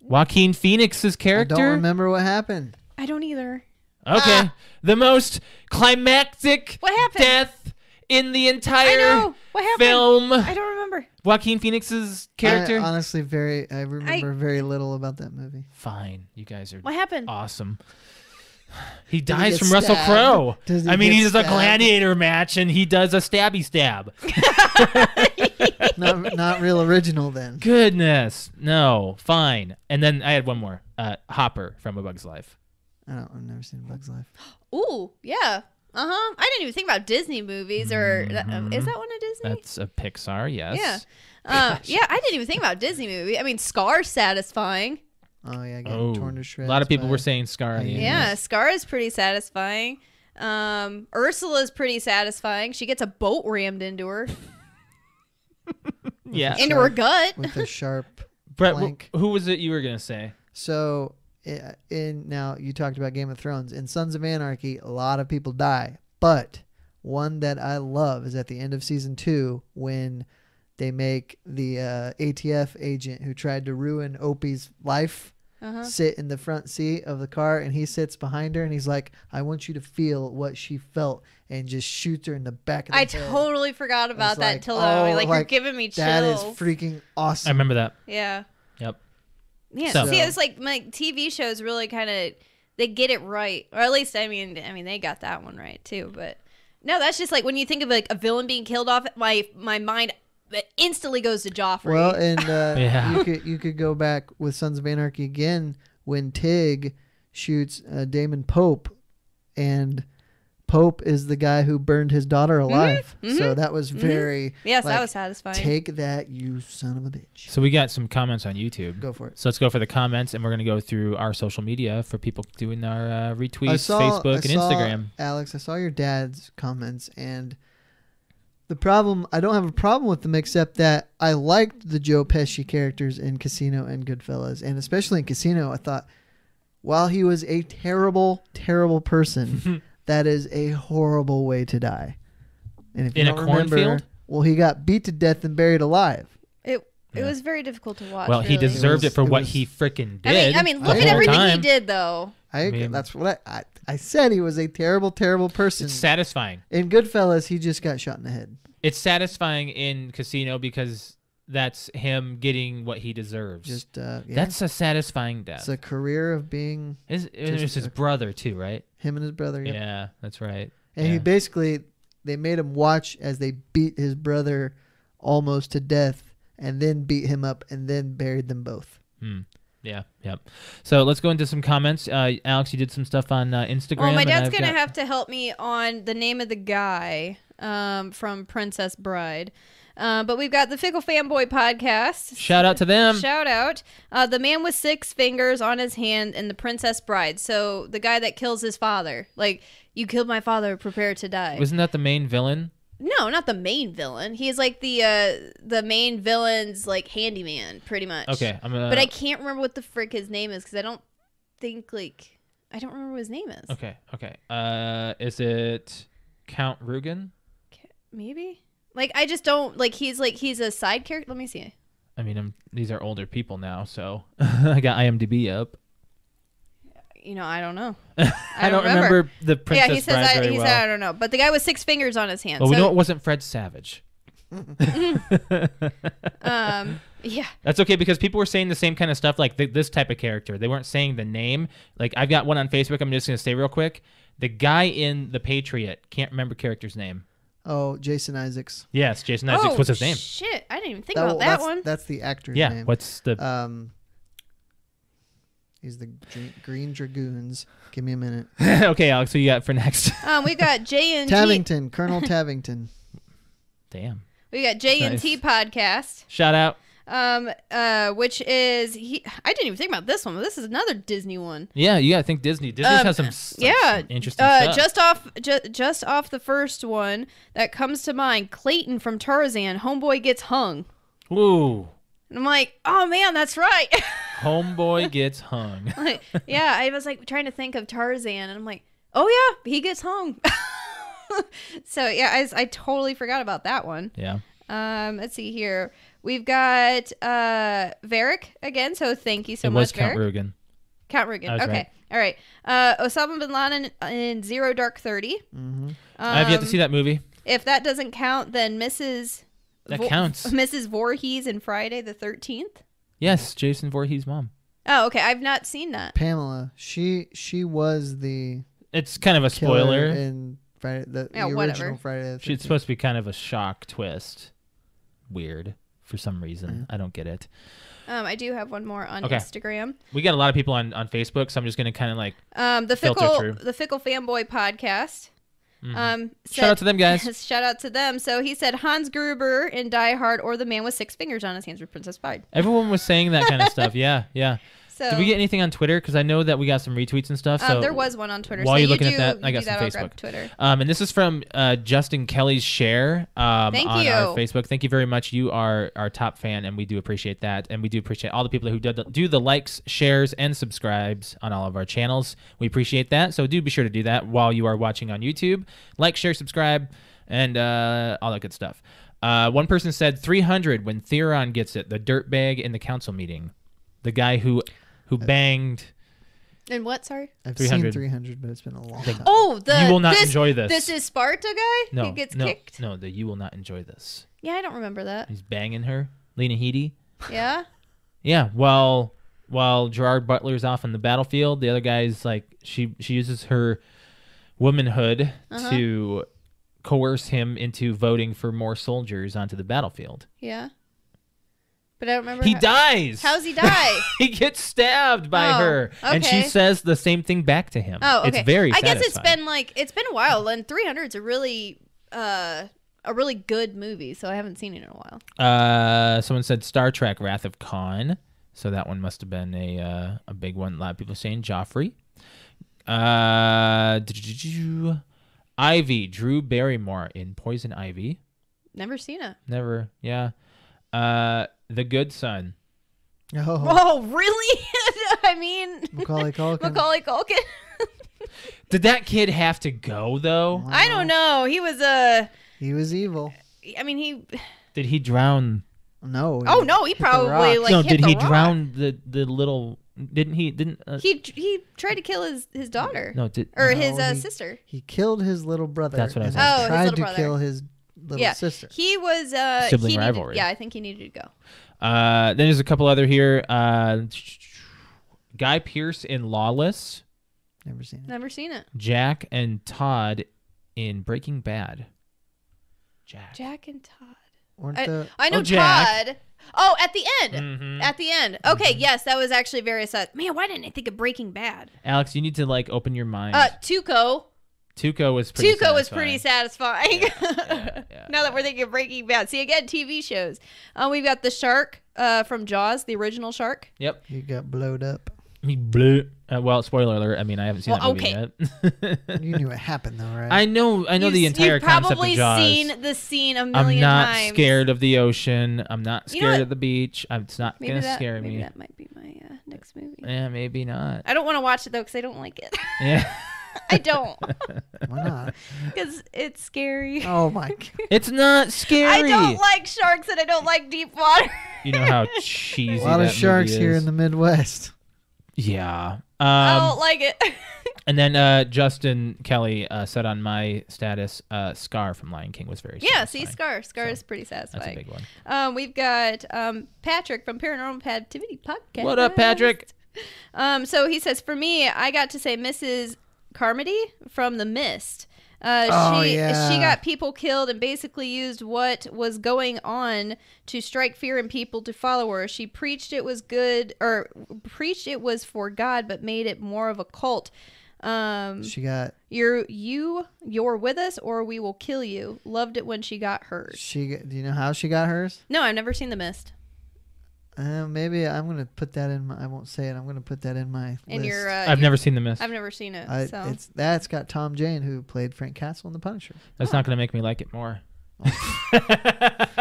Joaquin Phoenix's character.
I don't remember what happened.
I don't either.
Okay.
Ah.
The most climactic
What happened?
death in the
I
entire
know what happened.
film.
I don't remember.
Joaquin Phoenix's character.
I honestly, very. I remember very little about that movie. (laughs)
Fine. You guys are
What happened?
awesome. He dies
get
from Russell
stabbed?
Crowe.
Does he
I mean,
get
he's a
stabbed?
gladiator match and he does a stabby
(laughs)
stab.
Not, not real
(laughs)
original then.
Goodness. No. Fine. And then I had one more. Uh, Hopper from A Bug's Life.
I don't. I've never seen Bugs Life.
Ooh, yeah. Uh huh. I didn't even think about Disney movies, or
Mhm.
is that one a Disney?
That's a Pixar, yes.
Yeah.
(laughs)
Uh, yeah, I didn't even think about Disney movie. I mean, Scar satisfying.
Oh yeah, I got
Oh,
torn to shreds.
a lot of people
by-
were saying Scar. On the
Yeah.
internet.
Yeah, Scar is pretty satisfying. Um, Ursula is pretty satisfying. She gets a boat rammed into her,
yeah.
into her gut.
with a sharp
Brett, wh-
blank.
who was it you were gonna say?
So i- in now you talked about Game of Thrones in Sons of Anarchy, a lot of people die, but one that I love is at the end of season two when they make the uh, ATF agent who tried to ruin Opie's life
Uh-huh.
sit in the front seat of the car and he sits behind her and he's like, I want you to feel what she felt and just shoots her in the back of
(laughs)
the
I
head.
totally forgot about that
like,
till
oh,
now. Like, you're
like,
giving me chills.
That is freaking
I
awesome.
remember that.
yeah.
Yep.
Yeah.
So-
See, it's like my TV shows really kind of they get it right, or at least I mean, I mean they got that one right too. But no, that's just like when you think of like a villain being killed off, my my mind instantly goes to Joffrey.
Well, and uh,
(laughs) Yeah.
you could you could go back with Sons of Anarchy again when Tig shoots uh, Damon Pope, and Pope is the guy who burned his daughter alive. So that was very
yes, that
like,
was satisfying.
take that you son of a bitch.
So we got some comments on YouTube.
Go for it.
So let's go for the comments, and we're gonna go through our social media for people doing our uh, retweets,
I saw,
Facebook,
I
and
saw-
Instagram.
Alex, I saw your dad's comments, and the problem I don't have a problem with them except that I liked the Joe Pesci characters in Casino and Goodfellas, and especially in Casino, I thought while he was a terrible,
(laughs)
terrible person, that is a horrible way to die. And if
In
you
a
don't remember,
cornfield?
well, he got beat to death and buried alive.
it it
Yeah.
was very difficult to watch.
Well, he
really.
deserved it,
It
for
was- it
what
was-
he freaking
I
did.
mean, I mean, look
I
at
know.
everything he
Time.
did though.
I, agree.
mean-
that's what I, I I said. He was a terrible, terrible person.
It's satisfying.
in Goodfellas, he just got shot in the head.
It's satisfying in Casino because that's him getting what he deserves.
Just uh, yeah.
That's a satisfying death.
It's a career of being
his, it was
just-
his brother too, right?
him and his brother. yep.
Yeah, that's right.
And
yeah.
he basically, they made him watch as they beat his brother almost to death and then beat him up and then buried them both.
Hmm. Yeah, yep. So let's go into some comments. Uh, Alex, you did some stuff on uh, Instagram.
Well, my
and
dad's
I've
gonna
got-
have to help me on the name of the guy um, from Princess Bride. Uh, but we've got the Fickle Fanboy podcast.
Shout out to them.
Shout out. Uh, the man with six fingers on his hand and the Princess Bride. So the guy that kills his father. Like, you killed my father, prepare to die.
Wasn't that the main villain?
no, not the main villain. He's like the uh, the main villain's like handyman, pretty much.
Okay, I'm gonna.
But I can't remember what the frick his name is because I don't think like I don't remember what his name is.
Okay, okay. Uh, is it Count Rugen?
Maybe. Like I just don't like he's like he's a side character. Let me see.
I mean, I'm, these are older people now, so (laughs) I got IMDb up.
You know, I don't know.
(laughs) I, don't remember, the Princess
yeah, he says
Bride
I,
very
he
well.
said I don't know. But the guy with six fingers on his hand.
well, we
so
know it wasn't Fred Savage.
(laughs)
(laughs)
um
(laughs)
yeah.
That's okay because people were saying the same kind of stuff, like th- this type of character. They weren't saying the name. Like I've got one on Facebook. I'm just gonna say real quick. The guy in The Patriot can't remember character's name.
Oh, Jason Isaacs.
Yes, Jason Isaacs.
oh,
what's his name?
Shit, I didn't even think
That-
about that
that's,
one.
That's the actor's
yeah.
name.
What's the?
Um, he's the Green, Green Dragoons. Give me a minute.
(laughs) okay, Alex. Who you got for next?
Um, we got J and T.
Tavington, Colonel Tavington.
(laughs) Damn.
We got J and T podcast.
Shout out.
Um, uh, which is he? I didn't even think about this one. But this is another Disney one.
Yeah, you gotta think Disney. Disney
Um,
has some, s- some
yeah
interesting
uh,
stuff.
just off ju- just off the first one that comes to mind clayton from tarzan homeboy gets hung
Ooh,
and i'm like oh man that's right (laughs)
homeboy gets hung. (laughs)
like, yeah i was like trying to think of tarzan and i'm like oh yeah he gets hung (laughs) so yeah I, s- I totally forgot about that one
Yeah.
um let's see here we've got uh varick again so thank you so
it
much
was Count
Varick.
Rugen.
count rugen
I was
okay
right.
all right uh osama bin laden in zero dark 30
hmm
I've yet to
Um,
see that movie.
If that doesn't count, then Mrs.
That counts.
(laughs) Mrs. Voorhees and Friday the Thirteenth.
Yes, Jason Voorhees' mom.
Oh, okay. I've not seen that.
Pamela. She she was the
It's kind of a
killer
spoiler.
in Friday the, the
Yeah,
original
whatever.
Friday. The
It's
13th.
supposed to be kind of a shock twist. Weird for some reason. I don't get it.
Um, I do have one more on
Okay.
Instagram.
We got a lot of people on, on Facebook, so I'm just going to kind of like
Um, the
Filter
fickle,
through. Mm-hmm.
the fickle fanboy podcast. Um,
shout out to them
(laughs)
guys.
shout out to them. So he said Hans Gruber in Die Hard or the man with six fingers on his hands with Princess Bride.
Everyone was saying that kind of stuff. Yeah, yeah.
So
Did we get anything on Twitter? Because I know that we got some retweets and stuff. So
um, there was one on Twitter.
while
so
you're looking
you
at
do,
that, I
you
got
do
some
that, I'll grab
Facebook.
Twitter.
Um, and this is from uh, Justin Kelly's share um,
Thank
on
you.
our Facebook. Thank you very much. You are our top fan, and we do appreciate that. And we do appreciate all the people who do the, do the likes, shares, and subscribes on all of our channels. We appreciate that. So do be sure to do that while you are watching on YouTube. Like, share, subscribe, and uh, all that good stuff. Uh, one person said 300 when Theron gets it, the dirtbag in the council meeting, the guy who who banged.
And what? Sorry.
I've
300.
seen 300, but it's been a long time.
Oh, the
you will not
this,
enjoy this.
This is Sparta guy
no,
who gets
no,
kicked.
no, the you will not enjoy this.
Yeah, I don't remember that.
He's banging her, Lena Headey.
Yeah.
Yeah, while while Gerard Butler's off on the battlefield, the other guy's like she she uses her womanhood
Uh-huh.
to coerce him into voting for more soldiers onto the battlefield.
Yeah. But I don't remember.
He
how-
dies.
How's he die?
(laughs) he gets stabbed by
Oh,
her, and she
okay.
says the same thing back to him.
Oh, okay.
it's very.
I guess it's
satisfying.
been like it's been a while, and 300 is a really uh a really good movie, so I haven't seen it in a while.
Uh, someone said Star Trek: Wrath of Khan, so that one must have been a uh, a big one. A lot of people saying Joffrey. Uh, (laughs) Ivy Drew Barrymore in Poison Ivy.
Never seen it.
Never, yeah. Uh, The Good Son.
Oh,
(laughs) Oh, really? (laughs) I
(laughs)
mean,
Macaulay
(laughs)
Culkin.
Macaulay Culkin.
Did that kid have to go though?
I don't
Uh-huh.
know. He was a.
He was evil.
I mean, he.
Did he drown?
No.
Oh no, he
hit the
probably
rock.
like.
no,
hit
did
the
he
rock.
drown the the little? Didn't he? Didn't uh,
He he tried to kill his his daughter
no? Did
or
No,
his uh,
he-
sister.
He killed his little brother.
That's what I was
and
saying.
Oh, his
Tried
little
to
brother.
kill his little
Yeah.
sister.
He was uh
Sibling
he needed-
rivalry.
yeah, I think he needed to go.
Uh, then there's a couple other here. Uh, Guy Pierce in Lawless,
Never seen it.
Never seen it.
Jack and Todd in Breaking Bad. Jack.
Jack and Todd.
Weren't
I-
the
I know
Oh, Jack.
Todd. Oh, at the end.
Mhm.
At the end. Okay, yes, that was actually very sad. Man, why didn't I think of Breaking Bad?
Alex, you need to like open your mind.
Uh, Tuco.
Tuco was pretty.
Tuco was pretty
satisfying.
satisfying. (laughs)
yeah, yeah,
now that we're thinking of Breaking Bad, see again TV shows. Uh, we've got the shark uh, from Jaws, the original shark.
Yep.
you got blowed up?
He blew. Uh, well, spoiler alert. I mean, I haven't seen
Well,
that movie yet. (laughs)
You knew what happened though, right?
I know. I know
You've-
the entire
You've
concept
probably
of Jaws.
seen the scene a 1000000
I'm not
times.
scared of the ocean. I'm not
You
scared
know what?
of the beach. I'm, it's not
Maybe
gonna
that,
scare
maybe
me. Eh.
that might be my uh, next movie.
Yeah, maybe
(laughs)
not.
I don't want to watch it though because I don't like it. (laughs)
Yeah. (laughs)
I don't
Why not?
because it's scary. (laughs)
Oh my god.
It's not scary.
I don't like sharks and I don't like deep water. (laughs)
You know how cheesy.
A lot
that
of sharks
movie
here
is.
in the Midwest.
yeah.
I
Um,
don't like it. (laughs)
and then uh, Justin Kelly uh, said on my status, uh, "Scar from Lion King was very."
yeah, see,
satisfying.
Scar. Scar
So,
is pretty
That's a
satisfying.
big one.
Um, we've got um, Patrick from Paranormal Activity Podcast.
What up, Patrick?
(laughs) Um, so he says, for me, I got to say Mrs. Carmody from The Mist. Uh,
Oh,
she
yeah.
she got people killed and basically used what was going on to strike fear in people to follow her. She preached it was good or preached it was for God, but made it more of a cult. Um,
She got
you're you you're with us or we will kill you. Loved it when she got hers.
she. got- Do you know how she got hers?
No, I've never seen The Mist.
Uh, maybe I'm gonna put that in. my I won't say it. I'm gonna put that in my
And
list.
you're uh,
I've never seen The Mist.
I've never seen it.
I,
so
It's that's got Tom Jane who played Frank Castle in The Punisher.
That's not going to make me like it
(laughs)
more.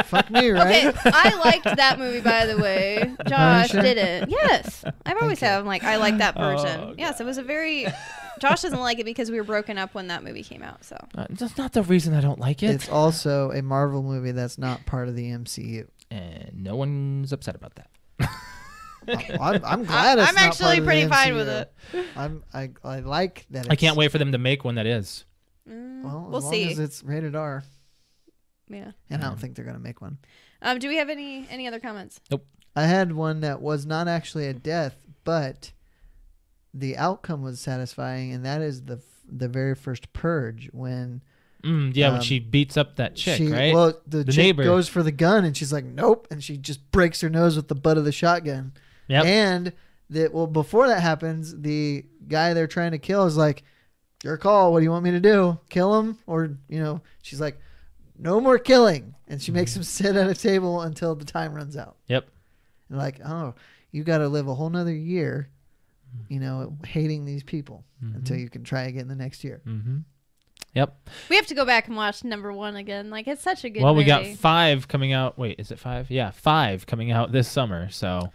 Fuck me,
(laughs)
right? (laughs)
Okay, I liked that movie by the way. Josh
Punisher?
didn't. Yes, I've always
you.
have. I'm like, I like that version.
Oh,
yes, it was a very. Josh doesn't like it because we were broken up when that movie came out. So
Uh, that's not the reason I don't like it.
It's also a Marvel movie that's not part of the MCU.
(laughs)
and Uh, no one's upset about that.
Oh, I'm, I'm glad
I-
it's
I'm
not
actually
part of the
pretty fine with
MCU. I'm I, I like that. It's,
I can't wait for them to make one that is.
mm,
Well, as
we'll
long
see.
as it's rated R,
yeah.
and I don't think they're gonna make one.
Um. Do we have any any other comments?
I had one that was not actually a death, but the outcome was satisfying, and that is the f- the very first purge when
Mm, yeah, when
Um,
she beats up that chick,
she
right?
well the,
The
chick
neighbor.
goes for the gun and she's like nope, and she just breaks her nose with the butt of the shotgun.
Yep.
And that well before that happens, the guy they're trying to kill is like, "Your call. What do you want me to do? Kill him or you know?" She's like, (laughs) "No more killing," and she makes him sit at a table until the time runs out.
Yep.
And like, oh, you got to live a whole nother year, you know, hating these people until you can try again the next year.
Mm-hmm. Yep.
We have to go back and watch number one again. Like it's such a good.
well, we got
movie.
five coming out. Wait, is it five? Yeah, five coming out this summer. So,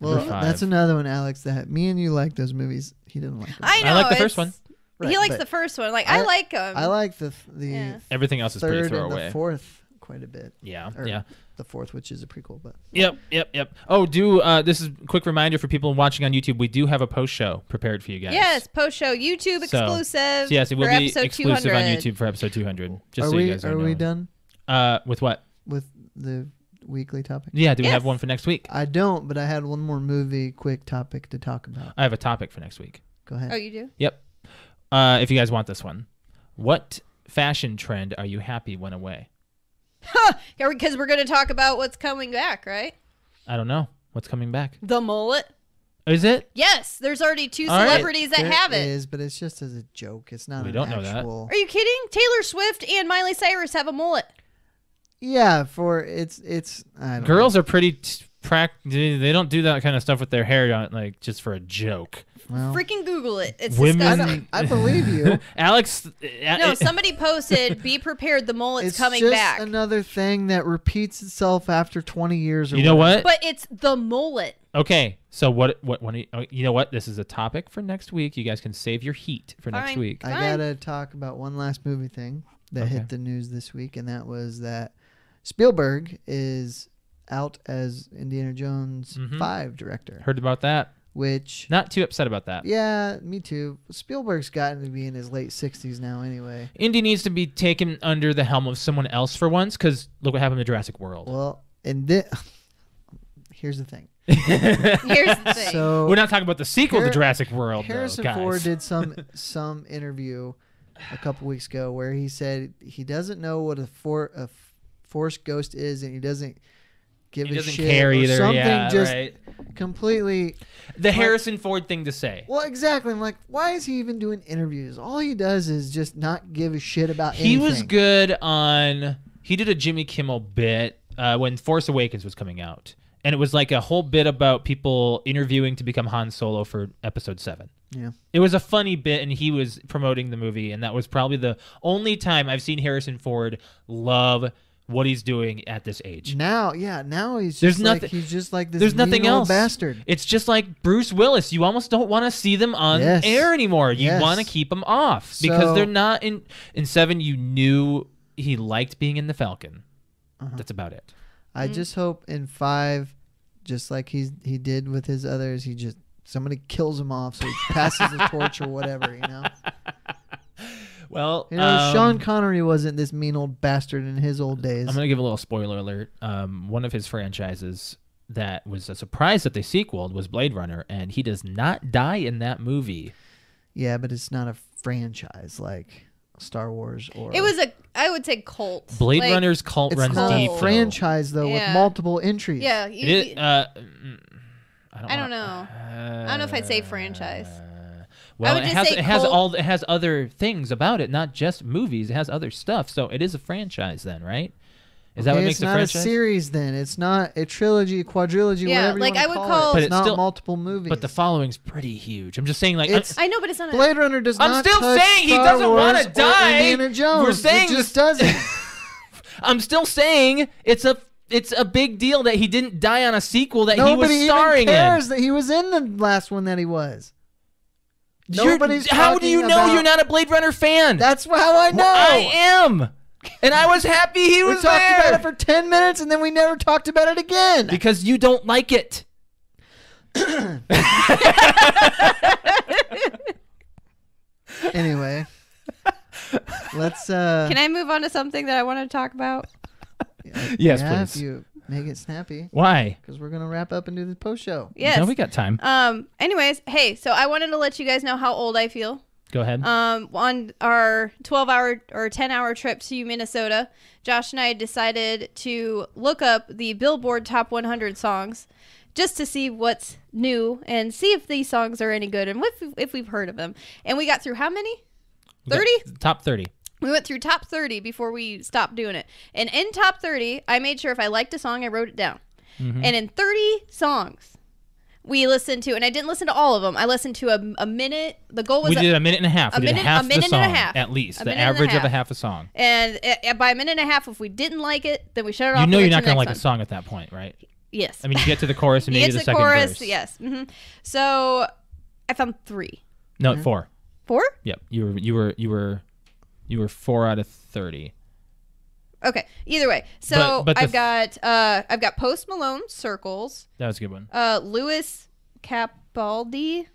Well,
number five.
that's another one, Alex. That me and you like those movies. He didn't like. Them.
I know.
I like the first
it's-
one.
he
Right,
likes
but
the first one. Like I,
I-
like him.
I like the the
Yeah.
everything else is pretty
third and
throwaway.
the fourth quite a bit.
yeah,
Or
yeah.
The fourth, which is a prequel, but
Yep, yep, yep. Oh, do uh, this is a quick reminder for people watching on YouTube. We do have a post show prepared for you guys.
yes, post show YouTube
So-
exclusive.
So yes, it will
for
be
episode
exclusive
200.
on YouTube for episode 200. Just
are
so
we
you guys
are
know.
we done
Uh, with what?
with the weekly topic?
Yeah. Do we
Yes.
have one for next week?
I don't, but I had one more movie quick topic to talk about.
I have a topic for next week.
Go ahead.
Oh, you do? (laughs)
Yep. Uh, if you guys want this one, what fashion trend are you happy went away?
Because we're going to talk about what's coming back, right?
I don't know. What's coming back?
The mullet.
Is it?
Yes, there's already two
All right.
celebrities that
There
have it.
is, but it's just as a joke. It's not.
We
an
don't know that.
actual...
Are you kidding? Taylor Swift and Miley Cyrus have a mullet.
Yeah, for it's it's I don't
Girls are pretty. T- prac- they they don't do that kind of stuff with their hair, on, like just for a joke.
Know. Well,
Freaking Google it. It's
Women- (laughs)
disgusting.
I
(laughs)
believe you.
Alex. uh, (laughs)
No, somebody posted, "Be prepared, the mullet's
it's
coming
just
back."
another thing that repeats itself after 20 years. Or
you know
whatever.
what?
but it's the mullet.
Okay, so what? What? When? You, oh, you know what? This is a topic for next week. You guys can save your heat for next
Fine.
week.
I
Fine.
gotta talk about one last movie thing that
Okay.
hit the news this week, and that was that Spielberg is out as Indiana Jones
Mhm.
Five director,
Heard about that?
which.
Not too upset about that.
Yeah, me too. Spielberg's gotten to be in his late 60s now, anyway.
Indy needs to be taken under the helm of someone else for once, because look what happened to Jurassic World. (laughs)
Well, and thi- (laughs) here's the thing.
Here's the thing.
(laughs) So
We're not talking about the sequel
Har-
to Jurassic World,
Harrison
though, guys.
Ford
(laughs)
did some some interview a couple weeks ago where he said he doesn't know what a for a f- force ghost is and he doesn't give
He
a
doesn't
shit
care
or
either.
something
yeah,
just
right.
completely
The Harrison Ford thing to say.
well exactly I'm like why is he even doing interviews all he does is just not give a shit about
He
anything
was good on. He did a Jimmy Kimmel bit uh, when Force Awakens was coming out, and it was like a whole bit about people interviewing to become Han Solo for Episode Seven.
yeah
It was a funny bit, and he was promoting the movie, and that was probably the only time I've seen Harrison Ford love what he's doing at this age.
now yeah now he's
There's
just like
nothing-
he's just like this
There's nothing
mean old
else.
bastard
It's just like Bruce Willis. You almost don't want to see them on
Yes.
air anymore. You
Yes.
want to keep them off because
So-
they're not in. In seven, you knew he liked being in the Falcon.
Uh-huh.
That's about it.
Mm.
I just hope in five, just like he's he did with his others, he just somebody kills him off,
(laughs)
so he passes the torch or whatever, you know.
Well,
You know,
um,
Sean Connery wasn't this mean old bastard in his old days.
I'm gonna give a little spoiler alert. Um, one of his franchises that was a surprise that they sequeled was Blade Runner, and he does not die in that movie.
yeah, but it's not a franchise like Star Wars or
It was a, I would say cult.
Blade
Like,
Runner's cult
it's
runs
not
deep.
a
though.
franchise though
Yeah.
with multiple entries.
Yeah,
It
you,
is-
you-
uh, mm, I don't,
I don't
wanna-
I don't know if I'd say franchise.
Uh, Well,
would
it
just
has
say
it has
cult.
all it has other things about it, not just movies. It has other stuff, so it is a franchise then, right? Is that
Okay,
what
it's
makes it a
not a
franchise?
series then. It's not a trilogy, quadrilogy,
Yeah,
whatever you
like,
wanna
I would
call
call-
it.
But
it's
it's
not
still-
multiple movies.
but the following's pretty huge. I'm just saying, like,
It's-
I know, but it's not. A,
Blade Runner does
I'm
not
still
touch
saying he
Star
doesn't wanna
Wars or
die.
Indiana
We're
Jones.
saying
it
this- (laughs)
just doesn't.
I'm still saying it's a it's a big deal that he didn't die on a sequel that
Nobody
he was starring
even cares
in.
that he was in the last one that he was.
You're-
Nobody's
how do you
talking
know
about-
you're not a Blade Runner fan?
That's how I know.
I am, and I was happy he
we
was
talked
there
about it for ten minutes and then we never talked about it again.
because you don't like it.
anyway, (laughs) let's. uh
can I move on to something that I want to talk about?
Yes,
yeah, if
please.
you make it snappy,
Why?
because we're gonna wrap up and do the post show.
Yes.
No, we got time.
um. Anyways, hey, so I wanted to let you guys know how old I feel.
Go ahead.
Um, on our 12 hour or 10 hour trip to Minnesota, Josh and I decided to look up the Billboard Top 100 songs just to see what's new and see if these songs are any good and if, if we've heard of them. And we got through how many?
We got
30?
Top thirty.
We went through top 30 before we stopped doing it. And in top 30, I made sure if I liked a song, I wrote it down.
Mm-hmm.
and in 30 songs we listened to and i didn't listen to all of them i listened to a, a minute the goal was
we
a-
did a minute and a half.
a
we did
minute-
half
a minute
the
and a
song
half.
at least.
A
the
minute and a
average of a
half.
half a song.
and uh, by a minute and a half if we didn't like it then we shut it
You know
off and
you're
went
not
to
gonna like
next
the song at that point, right?
one. yes
I mean, you get
(laughs)
to the chorus and
you
maybe
get
the
to the
second
chorus
verse.
yes hmm so i found three
No, four.
four
Yep. You were you were you were you were four out of thirty.
okay either way so
But- but the
i've got uh i've got post malone circles
That was a good one.
uh lewis capaldi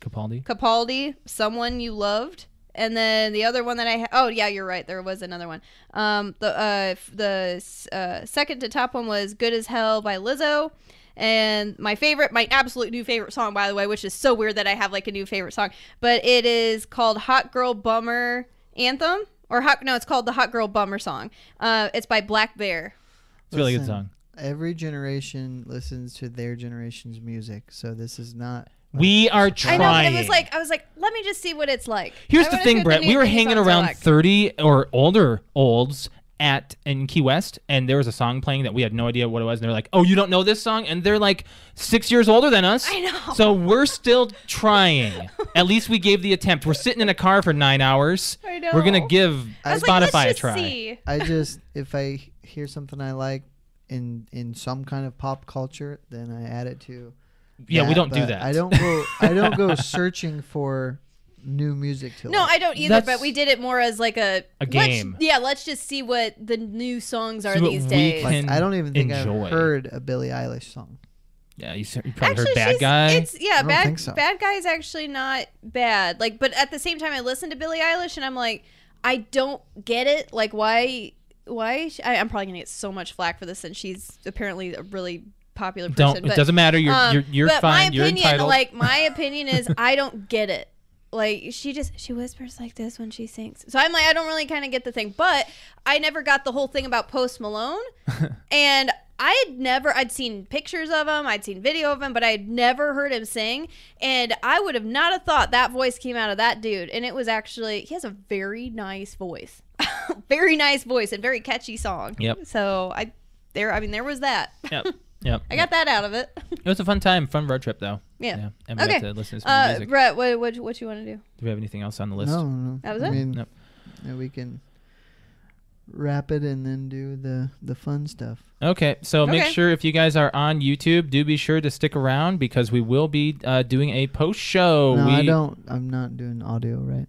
Capaldi.
Capaldi, someone you loved, and then the other one that I ha- oh yeah you're right there was another one. Um, the uh, f- the uh, second to top one was "Good as Hell" by Lizzo, and my favorite, my absolute new favorite song by the way, which is so weird that I have like a new favorite song, but it is called "Hot Girl Bummer Anthem" or hot no it's called the Hot Girl Bummer song. Uh, it's by Black Bear.
It's a really good
Listen,
song.
Every generation listens to their generation's music, so this is not.
We are
I
trying.
know, but it was like I was like, let me just see what it's like.
Here's
I
the
wanna see
thing,
what
Brett.
new-
we were
new
hanging
songs are
around
like.
30 or older olds at in Key West, and there was a song playing that we had no idea what it was, and they're like, "Oh, you don't know this song?" And they're like six years older than us.
I know.
So we're still trying. at least we gave the attempt. We're sitting in a car for nine hours.
I know.
We're gonna give
I was
Spotify
like, let's
a
just
try.
See.
I just (laughs) if I hear something I like in in some kind of pop culture, then I add it to.
Yeah, we don't do
but
that.
I don't go. I don't
(laughs)
go searching for new music to.
No,
like.
I don't either.
That's-
But we did it more as like a
A
let's-
game.
yeah, let's just see what the new songs are
See what
these
we
days.
can-
Like, I don't even think
enjoy.
I've heard a Billie Eilish song.
Yeah, you, s- you probably
Actually,
heard "Bad
she's-
Guy."
It's yeah,
don't
bad.
think so.
Bad guy is actually not bad. Like, but at the same time, I listen to Billie Eilish and I'm like, I don't get it. Like, why? Why? sh- I, I'm probably gonna get so much flack for this, and she's apparently a really popular person.
don't.
but,
it doesn't matter. You're
um,
you're, you're
but
fine.
my
you're
opinion,
entitled.
like
(laughs)
my opinion is, I don't get it. Like she just she whispers like this when she sings. So I'm like, I don't really kind of get the thing. But I never got the whole thing about
(laughs)
Post Malone, and I had never I'd seen pictures of him, I'd seen video of him, but I had never heard him sing. And I would have not have thought that voice came out of that dude. And it was actually he has a very nice voice, (laughs) very nice voice, and very catchy song.
Yep.
So I there I mean there was that. (laughs)
yep, yep.
I got that out of it. (laughs)
It was a fun time, fun road trip though.
Yeah.
and we
Okay.
got to listen to some
Uh,
music.
Brett, what what what you want to do?
Do we have anything else on the list?
No, no.
That was
I
it?
mean,
Nope.
yeah, we can wrap it and then do the the fun stuff.
Okay, so make
Okay.
sure if you guys are on YouTube, do be sure to stick around because we will be uh, doing a post show.
no,
we
I don't. I'm not doing audio, right?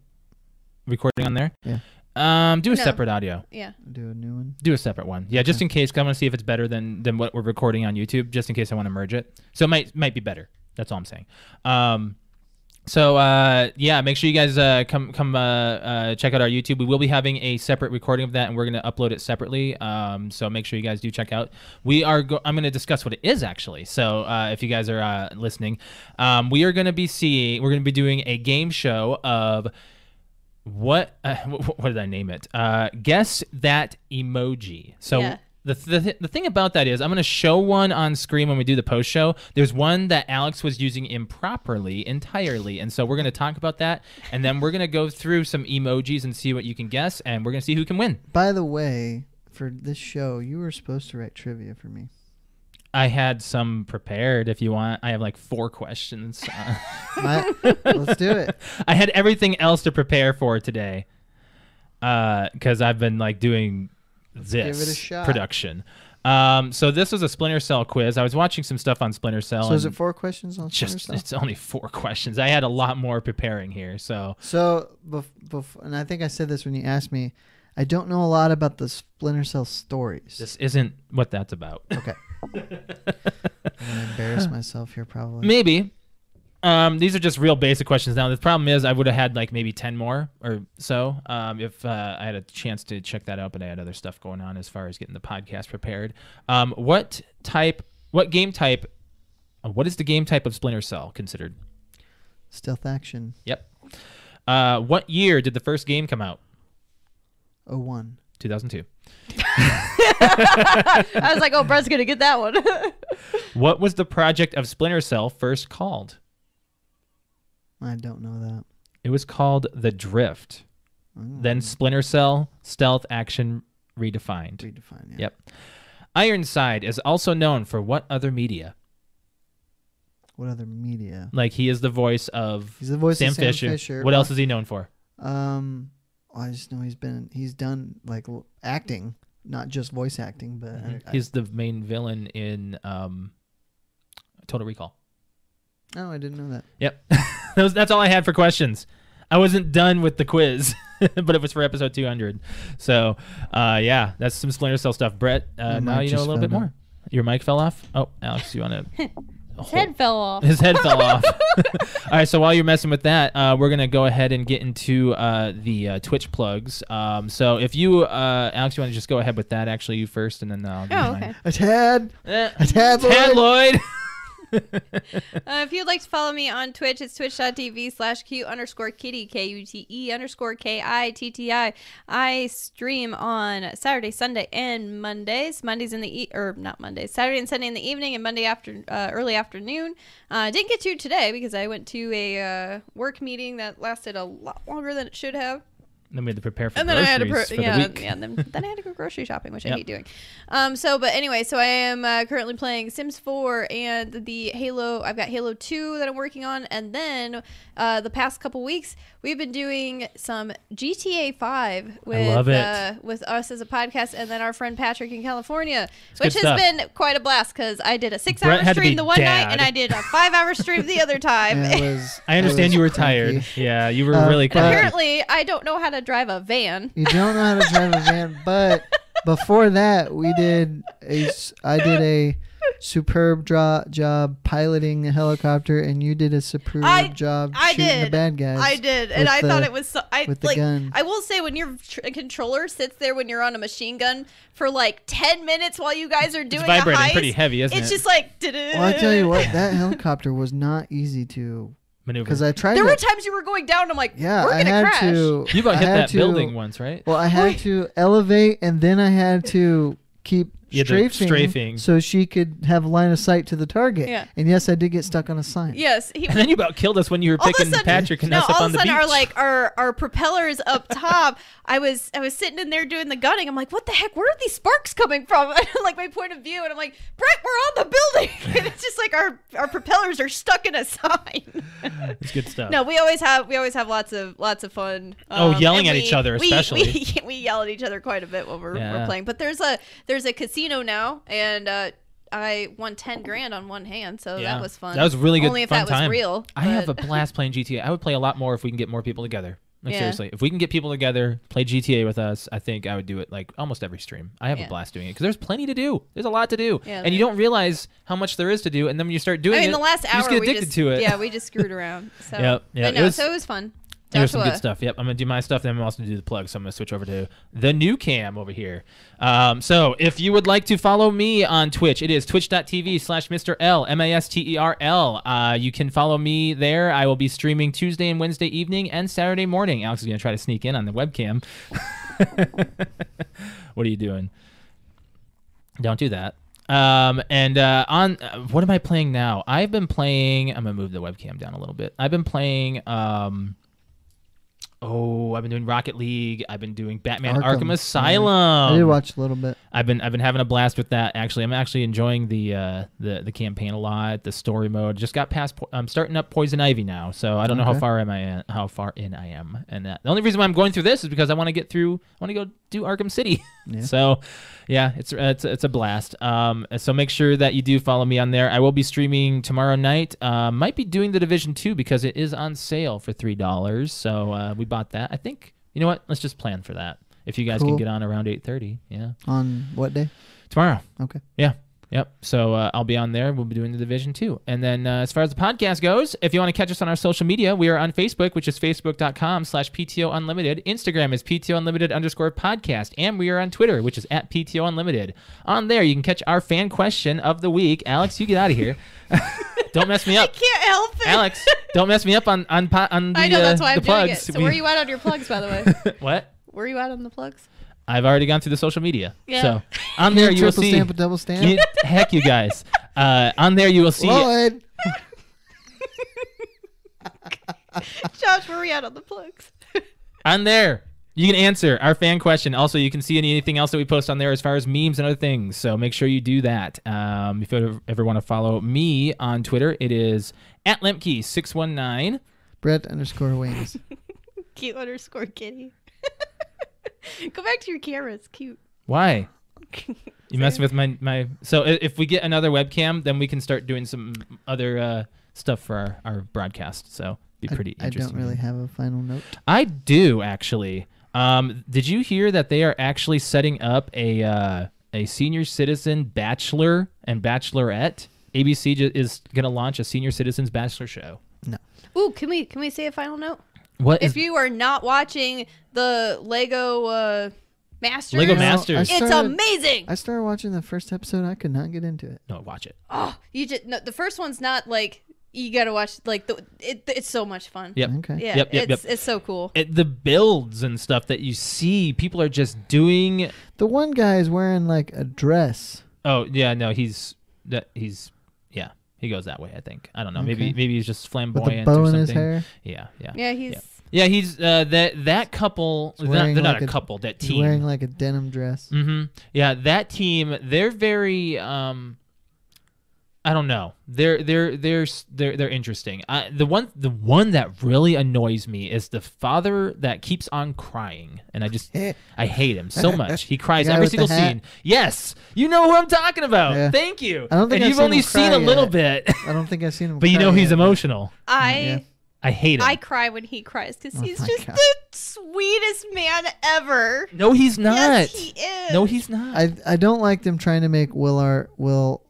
recording on there.
Yeah.
Um, do a
No.
separate audio.
Yeah.
Do a new one.
Do a separate one. Yeah, just in case. 'cause I want to see if it's better than than what we're recording on YouTube. Just in case I want to merge it. So it might might be better. That's all I'm saying. Um, so uh, yeah, make sure you guys uh, come come uh, uh, check out our YouTube. We will be having a separate recording of that, and we're gonna upload it separately. Um, so make sure you guys do check out. We are. Go- I'm gonna discuss what it is actually. So uh, if you guys are uh, listening, um, we are gonna be seeing. We're gonna be doing a game show of what uh, (laughs) what, what did I name it? Uh, guess that emoji. So
Yeah.
the, the, th- the thing about that is I'm going to show one on screen when we do the post show. There's one that Alex was using improperly entirely. And so we're going to talk about that. And then we're going to go through some emojis and see what you can guess. And we're going to see who can win.
By the way, for this show, you were supposed to write trivia for me.
I had some prepared if you want. I have like four questions. Uh,
(laughs)
My, let's do it.
I had everything else to prepare for today because I've been like doing
give
this
it a shot.
production. Um, so this was a Splinter Cell quiz. I was watching some stuff on Splinter Cell.
So is
and
it four questions on Splinter
just
Cell?
it's only four (laughs) questions. I had a lot more preparing here. So
So, bef- bef- and I think I said this when you asked me. I don't know a lot about the Splinter Cell stories.
this isn't what that's about. (laughs)
okay. I'm gonna embarrass myself here probably.
Maybe. Um, these are just real basic questions. Now the problem is I would have had like maybe ten more or so um, if uh, I had a chance to check that out, but I had other stuff going on as far as getting the podcast prepared. Um, what type? What game type? uh, What is the game type of Splinter Cell considered?
Stealth action.
Yep. Uh, what year did the first game come out?
Oh one.
2002.
I was like, oh, Brett's gonna get that (laughs) one.
What was the project of Splinter Cell first called?
I don't know that.
It was called The Drift. Then Splinter Cell Stealth Action Redefined.
Redefine. Yeah.
Yep. Ironside is also known for what other media?
What other media?
Like he is the voice of
He's the voice
Sam,
of Sam
Fisher.
Fisher.
What else is he known for?
Um, well, I just know he's been he's done like l- acting, not just voice acting, but I, I,
He's the main villain in um, Total Recall.
no, Oh, I didn't know that.
Yep. (laughs) That was- That's all I had for questions. I wasn't done with the quiz, (laughs) but it was for episode 200. So, uh, yeah, that's some Splinter Cell stuff. Brett,
My
uh, now
mic
you know a
just
little bit
fell
more. Your mic fell off? Oh, Alex, you Oh, want to.
His head fell
(laughs)
off.
His head
(laughs)
fell off. All right, so while you're messing with that, uh, we're gonna go ahead and get into uh, the uh, Twitch plugs. Um, so if you, uh, Alex, you want to just go ahead with that, actually, you first, and then uh, I'll. do
Oh,
mine.
okay.
A tad,
Eh,
a tad,
Ted
Lloyd.
Lloyd.
(laughs)
Uh, if you'd like to follow me on Twitch, it's twitch.tv slash Q underscore kitty, K U T E underscore K I T T I. I stream on Saturday, Sunday, and Mondays. Mondays in the, e- or not Mondays, Saturday and Sunday in the evening, and Monday after, uh, early afternoon. Uh, I didn't get to today because I went to a uh, work meeting that lasted a lot longer than it should have.
then we had to prepare for
and then I had to
groceries
pro-
for
yeah,
the week.
yeah. And then, then I had to go grocery shopping, which
Yep.
I hate doing. Um, so but anyway, so I am uh, currently playing Sims 4 and the Halo. I've got Halo 2 that I'm working on, and then uh, the past couple weeks we've been doing some GTA 5 with
love it.
Uh, with us as a podcast, and then our friend Patrick in California, which
good stuff.
has been quite a blast because I did a six
Brett
hour
had to be
stream the one
dad.
night, and I did a five hour stream the
(laughs)
other time.
Yeah, it was-
I
it
understand
was
you were
cranky.
tired. Yeah, you were
Um,
really
but-
cranky.
Apparently, I don't know how to drive a van.
You don't know how to drive a
(laughs)
van, but before that, we did a. s- I did a superb dro- job piloting a helicopter, and you did a superb
I-
job
I
shooting the
did.
bad guys.
I did, and
with
I thought
the-
it was so. I
with the
like.
gun.
I will say when your tr- controller sits there when you're on a machine gun for like ten minutes while you guys are doing
it's
a
vibrating
heist,
pretty heavy, isn't
it's
it?
just like.
Well, I tell you what,
(laughs)
that helicopter was not easy to
Maneuver.
because I tried.
There
to,
were times you were going down. and I'm like,
yeah,
we're
I
gonna
had
crash.
to.
you about
I
hit
had
that
to-
building once,
(laughs)
right?
Well, I had
Wait.
to elevate, and then I had to keep
You had to
strafing,
strafing.
so she could have line of sight to the target.
Yeah.
And yes, I did get stuck on a sign.
Yes, he.
And then you about killed us when you were
all of a
picking
sudden,
Patrick and
no,
us up
all
on
of
the
a sudden
beach.
our like our our propellers up (laughs) top. I was I was sitting in there doing the gunning. I'm like, what the heck? Where are these sparks coming from? (laughs) like my point of view, and I'm like, Brett, we're on the building, (laughs) and it's just like our our propellers are stuck in a sign. (laughs)
it's good stuff.
No, we always have we always have lots of lots of fun. um,
Oh, yelling
and
at each other especially.
(laughs) We, we yell at each other quite a bit when we're,
Yeah.
we're playing. But there's a there's a casino now, and uh, I won ten grand on one hand, so
Yeah.
that was fun.
That was really good.
Only if
fun
that
time.
was real.
I have a
but- (laughs)
blast playing GTA. I would play a lot more if we can get more people together. Like
Yeah.
seriously, if we can get people together, play GTA with us, I think I would do it like almost every stream. I have a
Yeah.
blast doing it because there's plenty to do. There's a lot to do,
Yeah,
and you
there-
don't realize how much there is to do. And then when you start doing
I mean,
it,
the last hour
you just get
we
addicted
just
to it.
yeah we
(laughs)
just screwed around. So
Yep, yep.
But
It
no,
was-
so it was fun.
There's some
Joshua,
good stuff. Yep, I'm gonna do my stuff. Then I'm also gonna do the plug. So I'm gonna switch over to the new cam over here. Um, so if you would like to follow me on Twitch, it is twitch.tv slash Mr. L M A S T E R L. Uh, you can follow me there. I will be streaming Tuesday and Wednesday evening and Saturday morning. Alex is gonna try to sneak in on the webcam. (laughs) what are you doing? Don't do that. Um, and uh, on uh, what am I playing now? I've been playing. I'm gonna move the webcam down a little bit. I've been playing. Um, oh, I've been doing Rocket League. I've been doing Batman Arkham,
Arkham, yeah.
Asylum.
I
Um,
did watch a little bit.
I've been I've been having a blast with that. Actually, I'm actually enjoying the uh, the the campaign a lot. The story mode just got past. Po- I'm starting up Poison Ivy now, so I don't know how
Okay.
far am I in, how far in I am. And uh, the only reason why I'm going through this is because I want to get through. I want to go do Arkham City. (laughs)
Yeah.
so, yeah, it's uh, it's it's a blast. Um, so make sure that you do follow me on there. I will be streaming tomorrow night. Uh, might be doing the Division Two because it is on sale for three dollars. So uh, we bought that. I think you know what? Let's just plan for that. If you guys can
Cool.
get on around eight thirty, yeah
On what day?
tomorrow.
Okay.
Yeah. Yep. So uh, I'll be on there. We'll be doing the division too. And then uh, as far as the podcast goes, if you want to catch us on our social media, we are on Facebook, which is facebook.com slash PTO Unlimited. Instagram is PTO Unlimited underscore podcast. And we are on Twitter, which is at PTO Unlimited. On there, you can catch our fan question of the week. Alex, you get out of here. (laughs) don't mess me
I
up.
can't help it. (laughs)
Alex, don't mess me up on on, po- on the,
I know
uh,
that's why I'm
the
doing
plugs.
it. So
We-
where you at on your plugs, by the way?
(laughs) what?
where you at on
(laughs)
the plugs?
I've already gone through the social media.
Yeah.
So on
(laughs)
there, you will
Triple
see.
stamp, a double stamp.
You- heck, you guys. Uh, on there, you will see.
Lloyd.
Josh, where are we at on the plugs? (laughs)
On there, You can answer our fan question. Also, you can see any, anything else that we post on there as far as memes and other things. So make sure you do that. Um, if you ever, ever want to follow me on Twitter, it is at Lemke619.
Brett underscore wings.
Cute underscore kitty. (laughs) Go back to your camera.
(laughs)
It's cute.
Why? You messing with my, my. So i- if we get another webcam, then we can start doing some other uh, stuff for our, our broadcast. So be (laughs)
I-
pretty
I,
interesting.
don't really have a final note.
I do actually. Um, did you hear that they are actually setting up a uh, a senior citizen bachelor and bachelorette? ABC ju- is going to launch a senior citizens bachelor show.
Ooh, can we can we say a final note?
What is
If you are not watching the Lego uh, Masters,
Lego
No, I
Masters. It's
it's
started-
amazing.
I started watching the first episode. I could not get into it.
no? Watch it.
oh, you just no, the first one's not like you gotta watch like the it, it's so much fun.
Yep.
Okay.
Yeah,
Yep, yep,
it's it's so cool.
It, the builds and stuff that you see, people are just doing.
The one guy is wearing like a dress.
Oh yeah, no, he's that he's yeah, he goes that way. I think I don't know. Maybe
Okay.
maybe he's just
With a
flamboyant
bow
or
in
something.
his hair.
Yeah, yeah,
Yeah, he's
yeah. He's uh, that that couple.
He's
they're not,
wearing
they're not
like
a
a-
couple. That
He's
team.
wearing like a denim dress.
Mm-hmm. Yeah, that team, they're very um I don't know. They're they're they're s- they're they're interesting. I, the one the one that really annoys me is the father that keeps on crying, and I just
Eh.
I hate him so much. He cries
guy
every
with the
single
hat.
scene. Yes, you know who I'm talking about.
Yeah.
Thank you.
I don't think
and
I've
you've
seen
only
him cry
seen a little bit,
(laughs) (laughs) I don't think I've seen him.
but you know
cry
he's
yet.
emotional.
I
Yeah.
I hate him.
I cry when he cries because
Oh
he's
my
just
God.
the sweetest man ever.
no, he's not.
Yes, he is.
no, he's not.
I I don't like them trying to make Will Ar- Will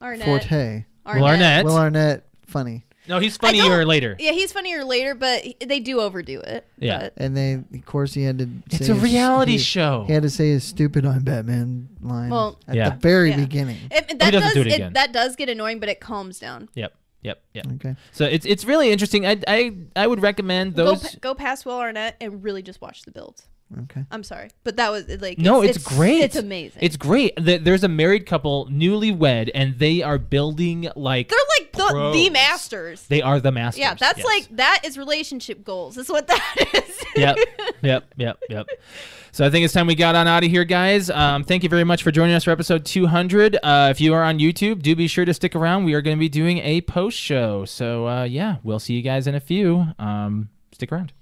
Arnett.
Forte
Will Arnett.
Will Arnett funny,
no, he's
I don't-
funnier later.
Yeah, he's funnier later, but he- they do overdo it.
Yeah.
But-
and they of course he had to.
It's
say
a
his-
reality
he-
show.
He had to say his stupid "I'm Batman" line
Well-
at
Yeah.
the very
Yeah.
beginning.
It, that
doesn't
does
do it
it-
again.
that does get annoying, but it calms down.
Yep. Yep. Yep.
Okay,
So it's it's really interesting. I I, I would recommend those.
Go, pa- go past Will Arnett and really just watch the build.
okay.
I'm sorry, but that was like
No, it's great.
It's amazing.
it's great. Th- There's a married couple, newlywed, and they are building like
they're like the, the
Pros.
masters.
they are the masters.
Yeah, that's
Yes.
like (laughs) that is relationship goals. Is what that (laughs) is.
yep, yep, yep, yep. So I think it's time we got on out of here, guys. Um, thank you very much for joining us for episode 200. Uh, if you are on YouTube, do be sure to stick around. We are going to be doing a post show. So uh, yeah, we'll see you guys in a few. Um, stick around.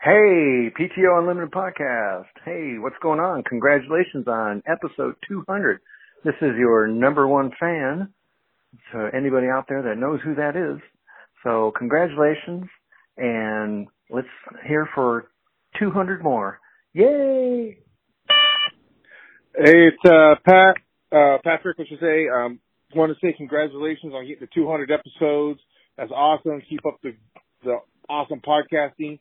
Hey, PTO Unlimited Podcast. Hey, what's going on? Congratulations on episode 200. This is your number one fan. So anybody out there that knows who that is. So congratulations and let's hear for 200 more. Yay!
Hey, it's uh, Pat uh, Patrick. I should say. Um, just want to say congratulations on getting to 200 episodes. That's awesome. Keep up the the awesome podcasting,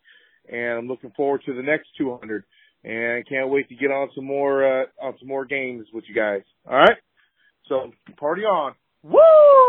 and I'm looking forward to the next 200. And can't wait to get on some more uh, on some more games with you guys. All right, so party on. Woo!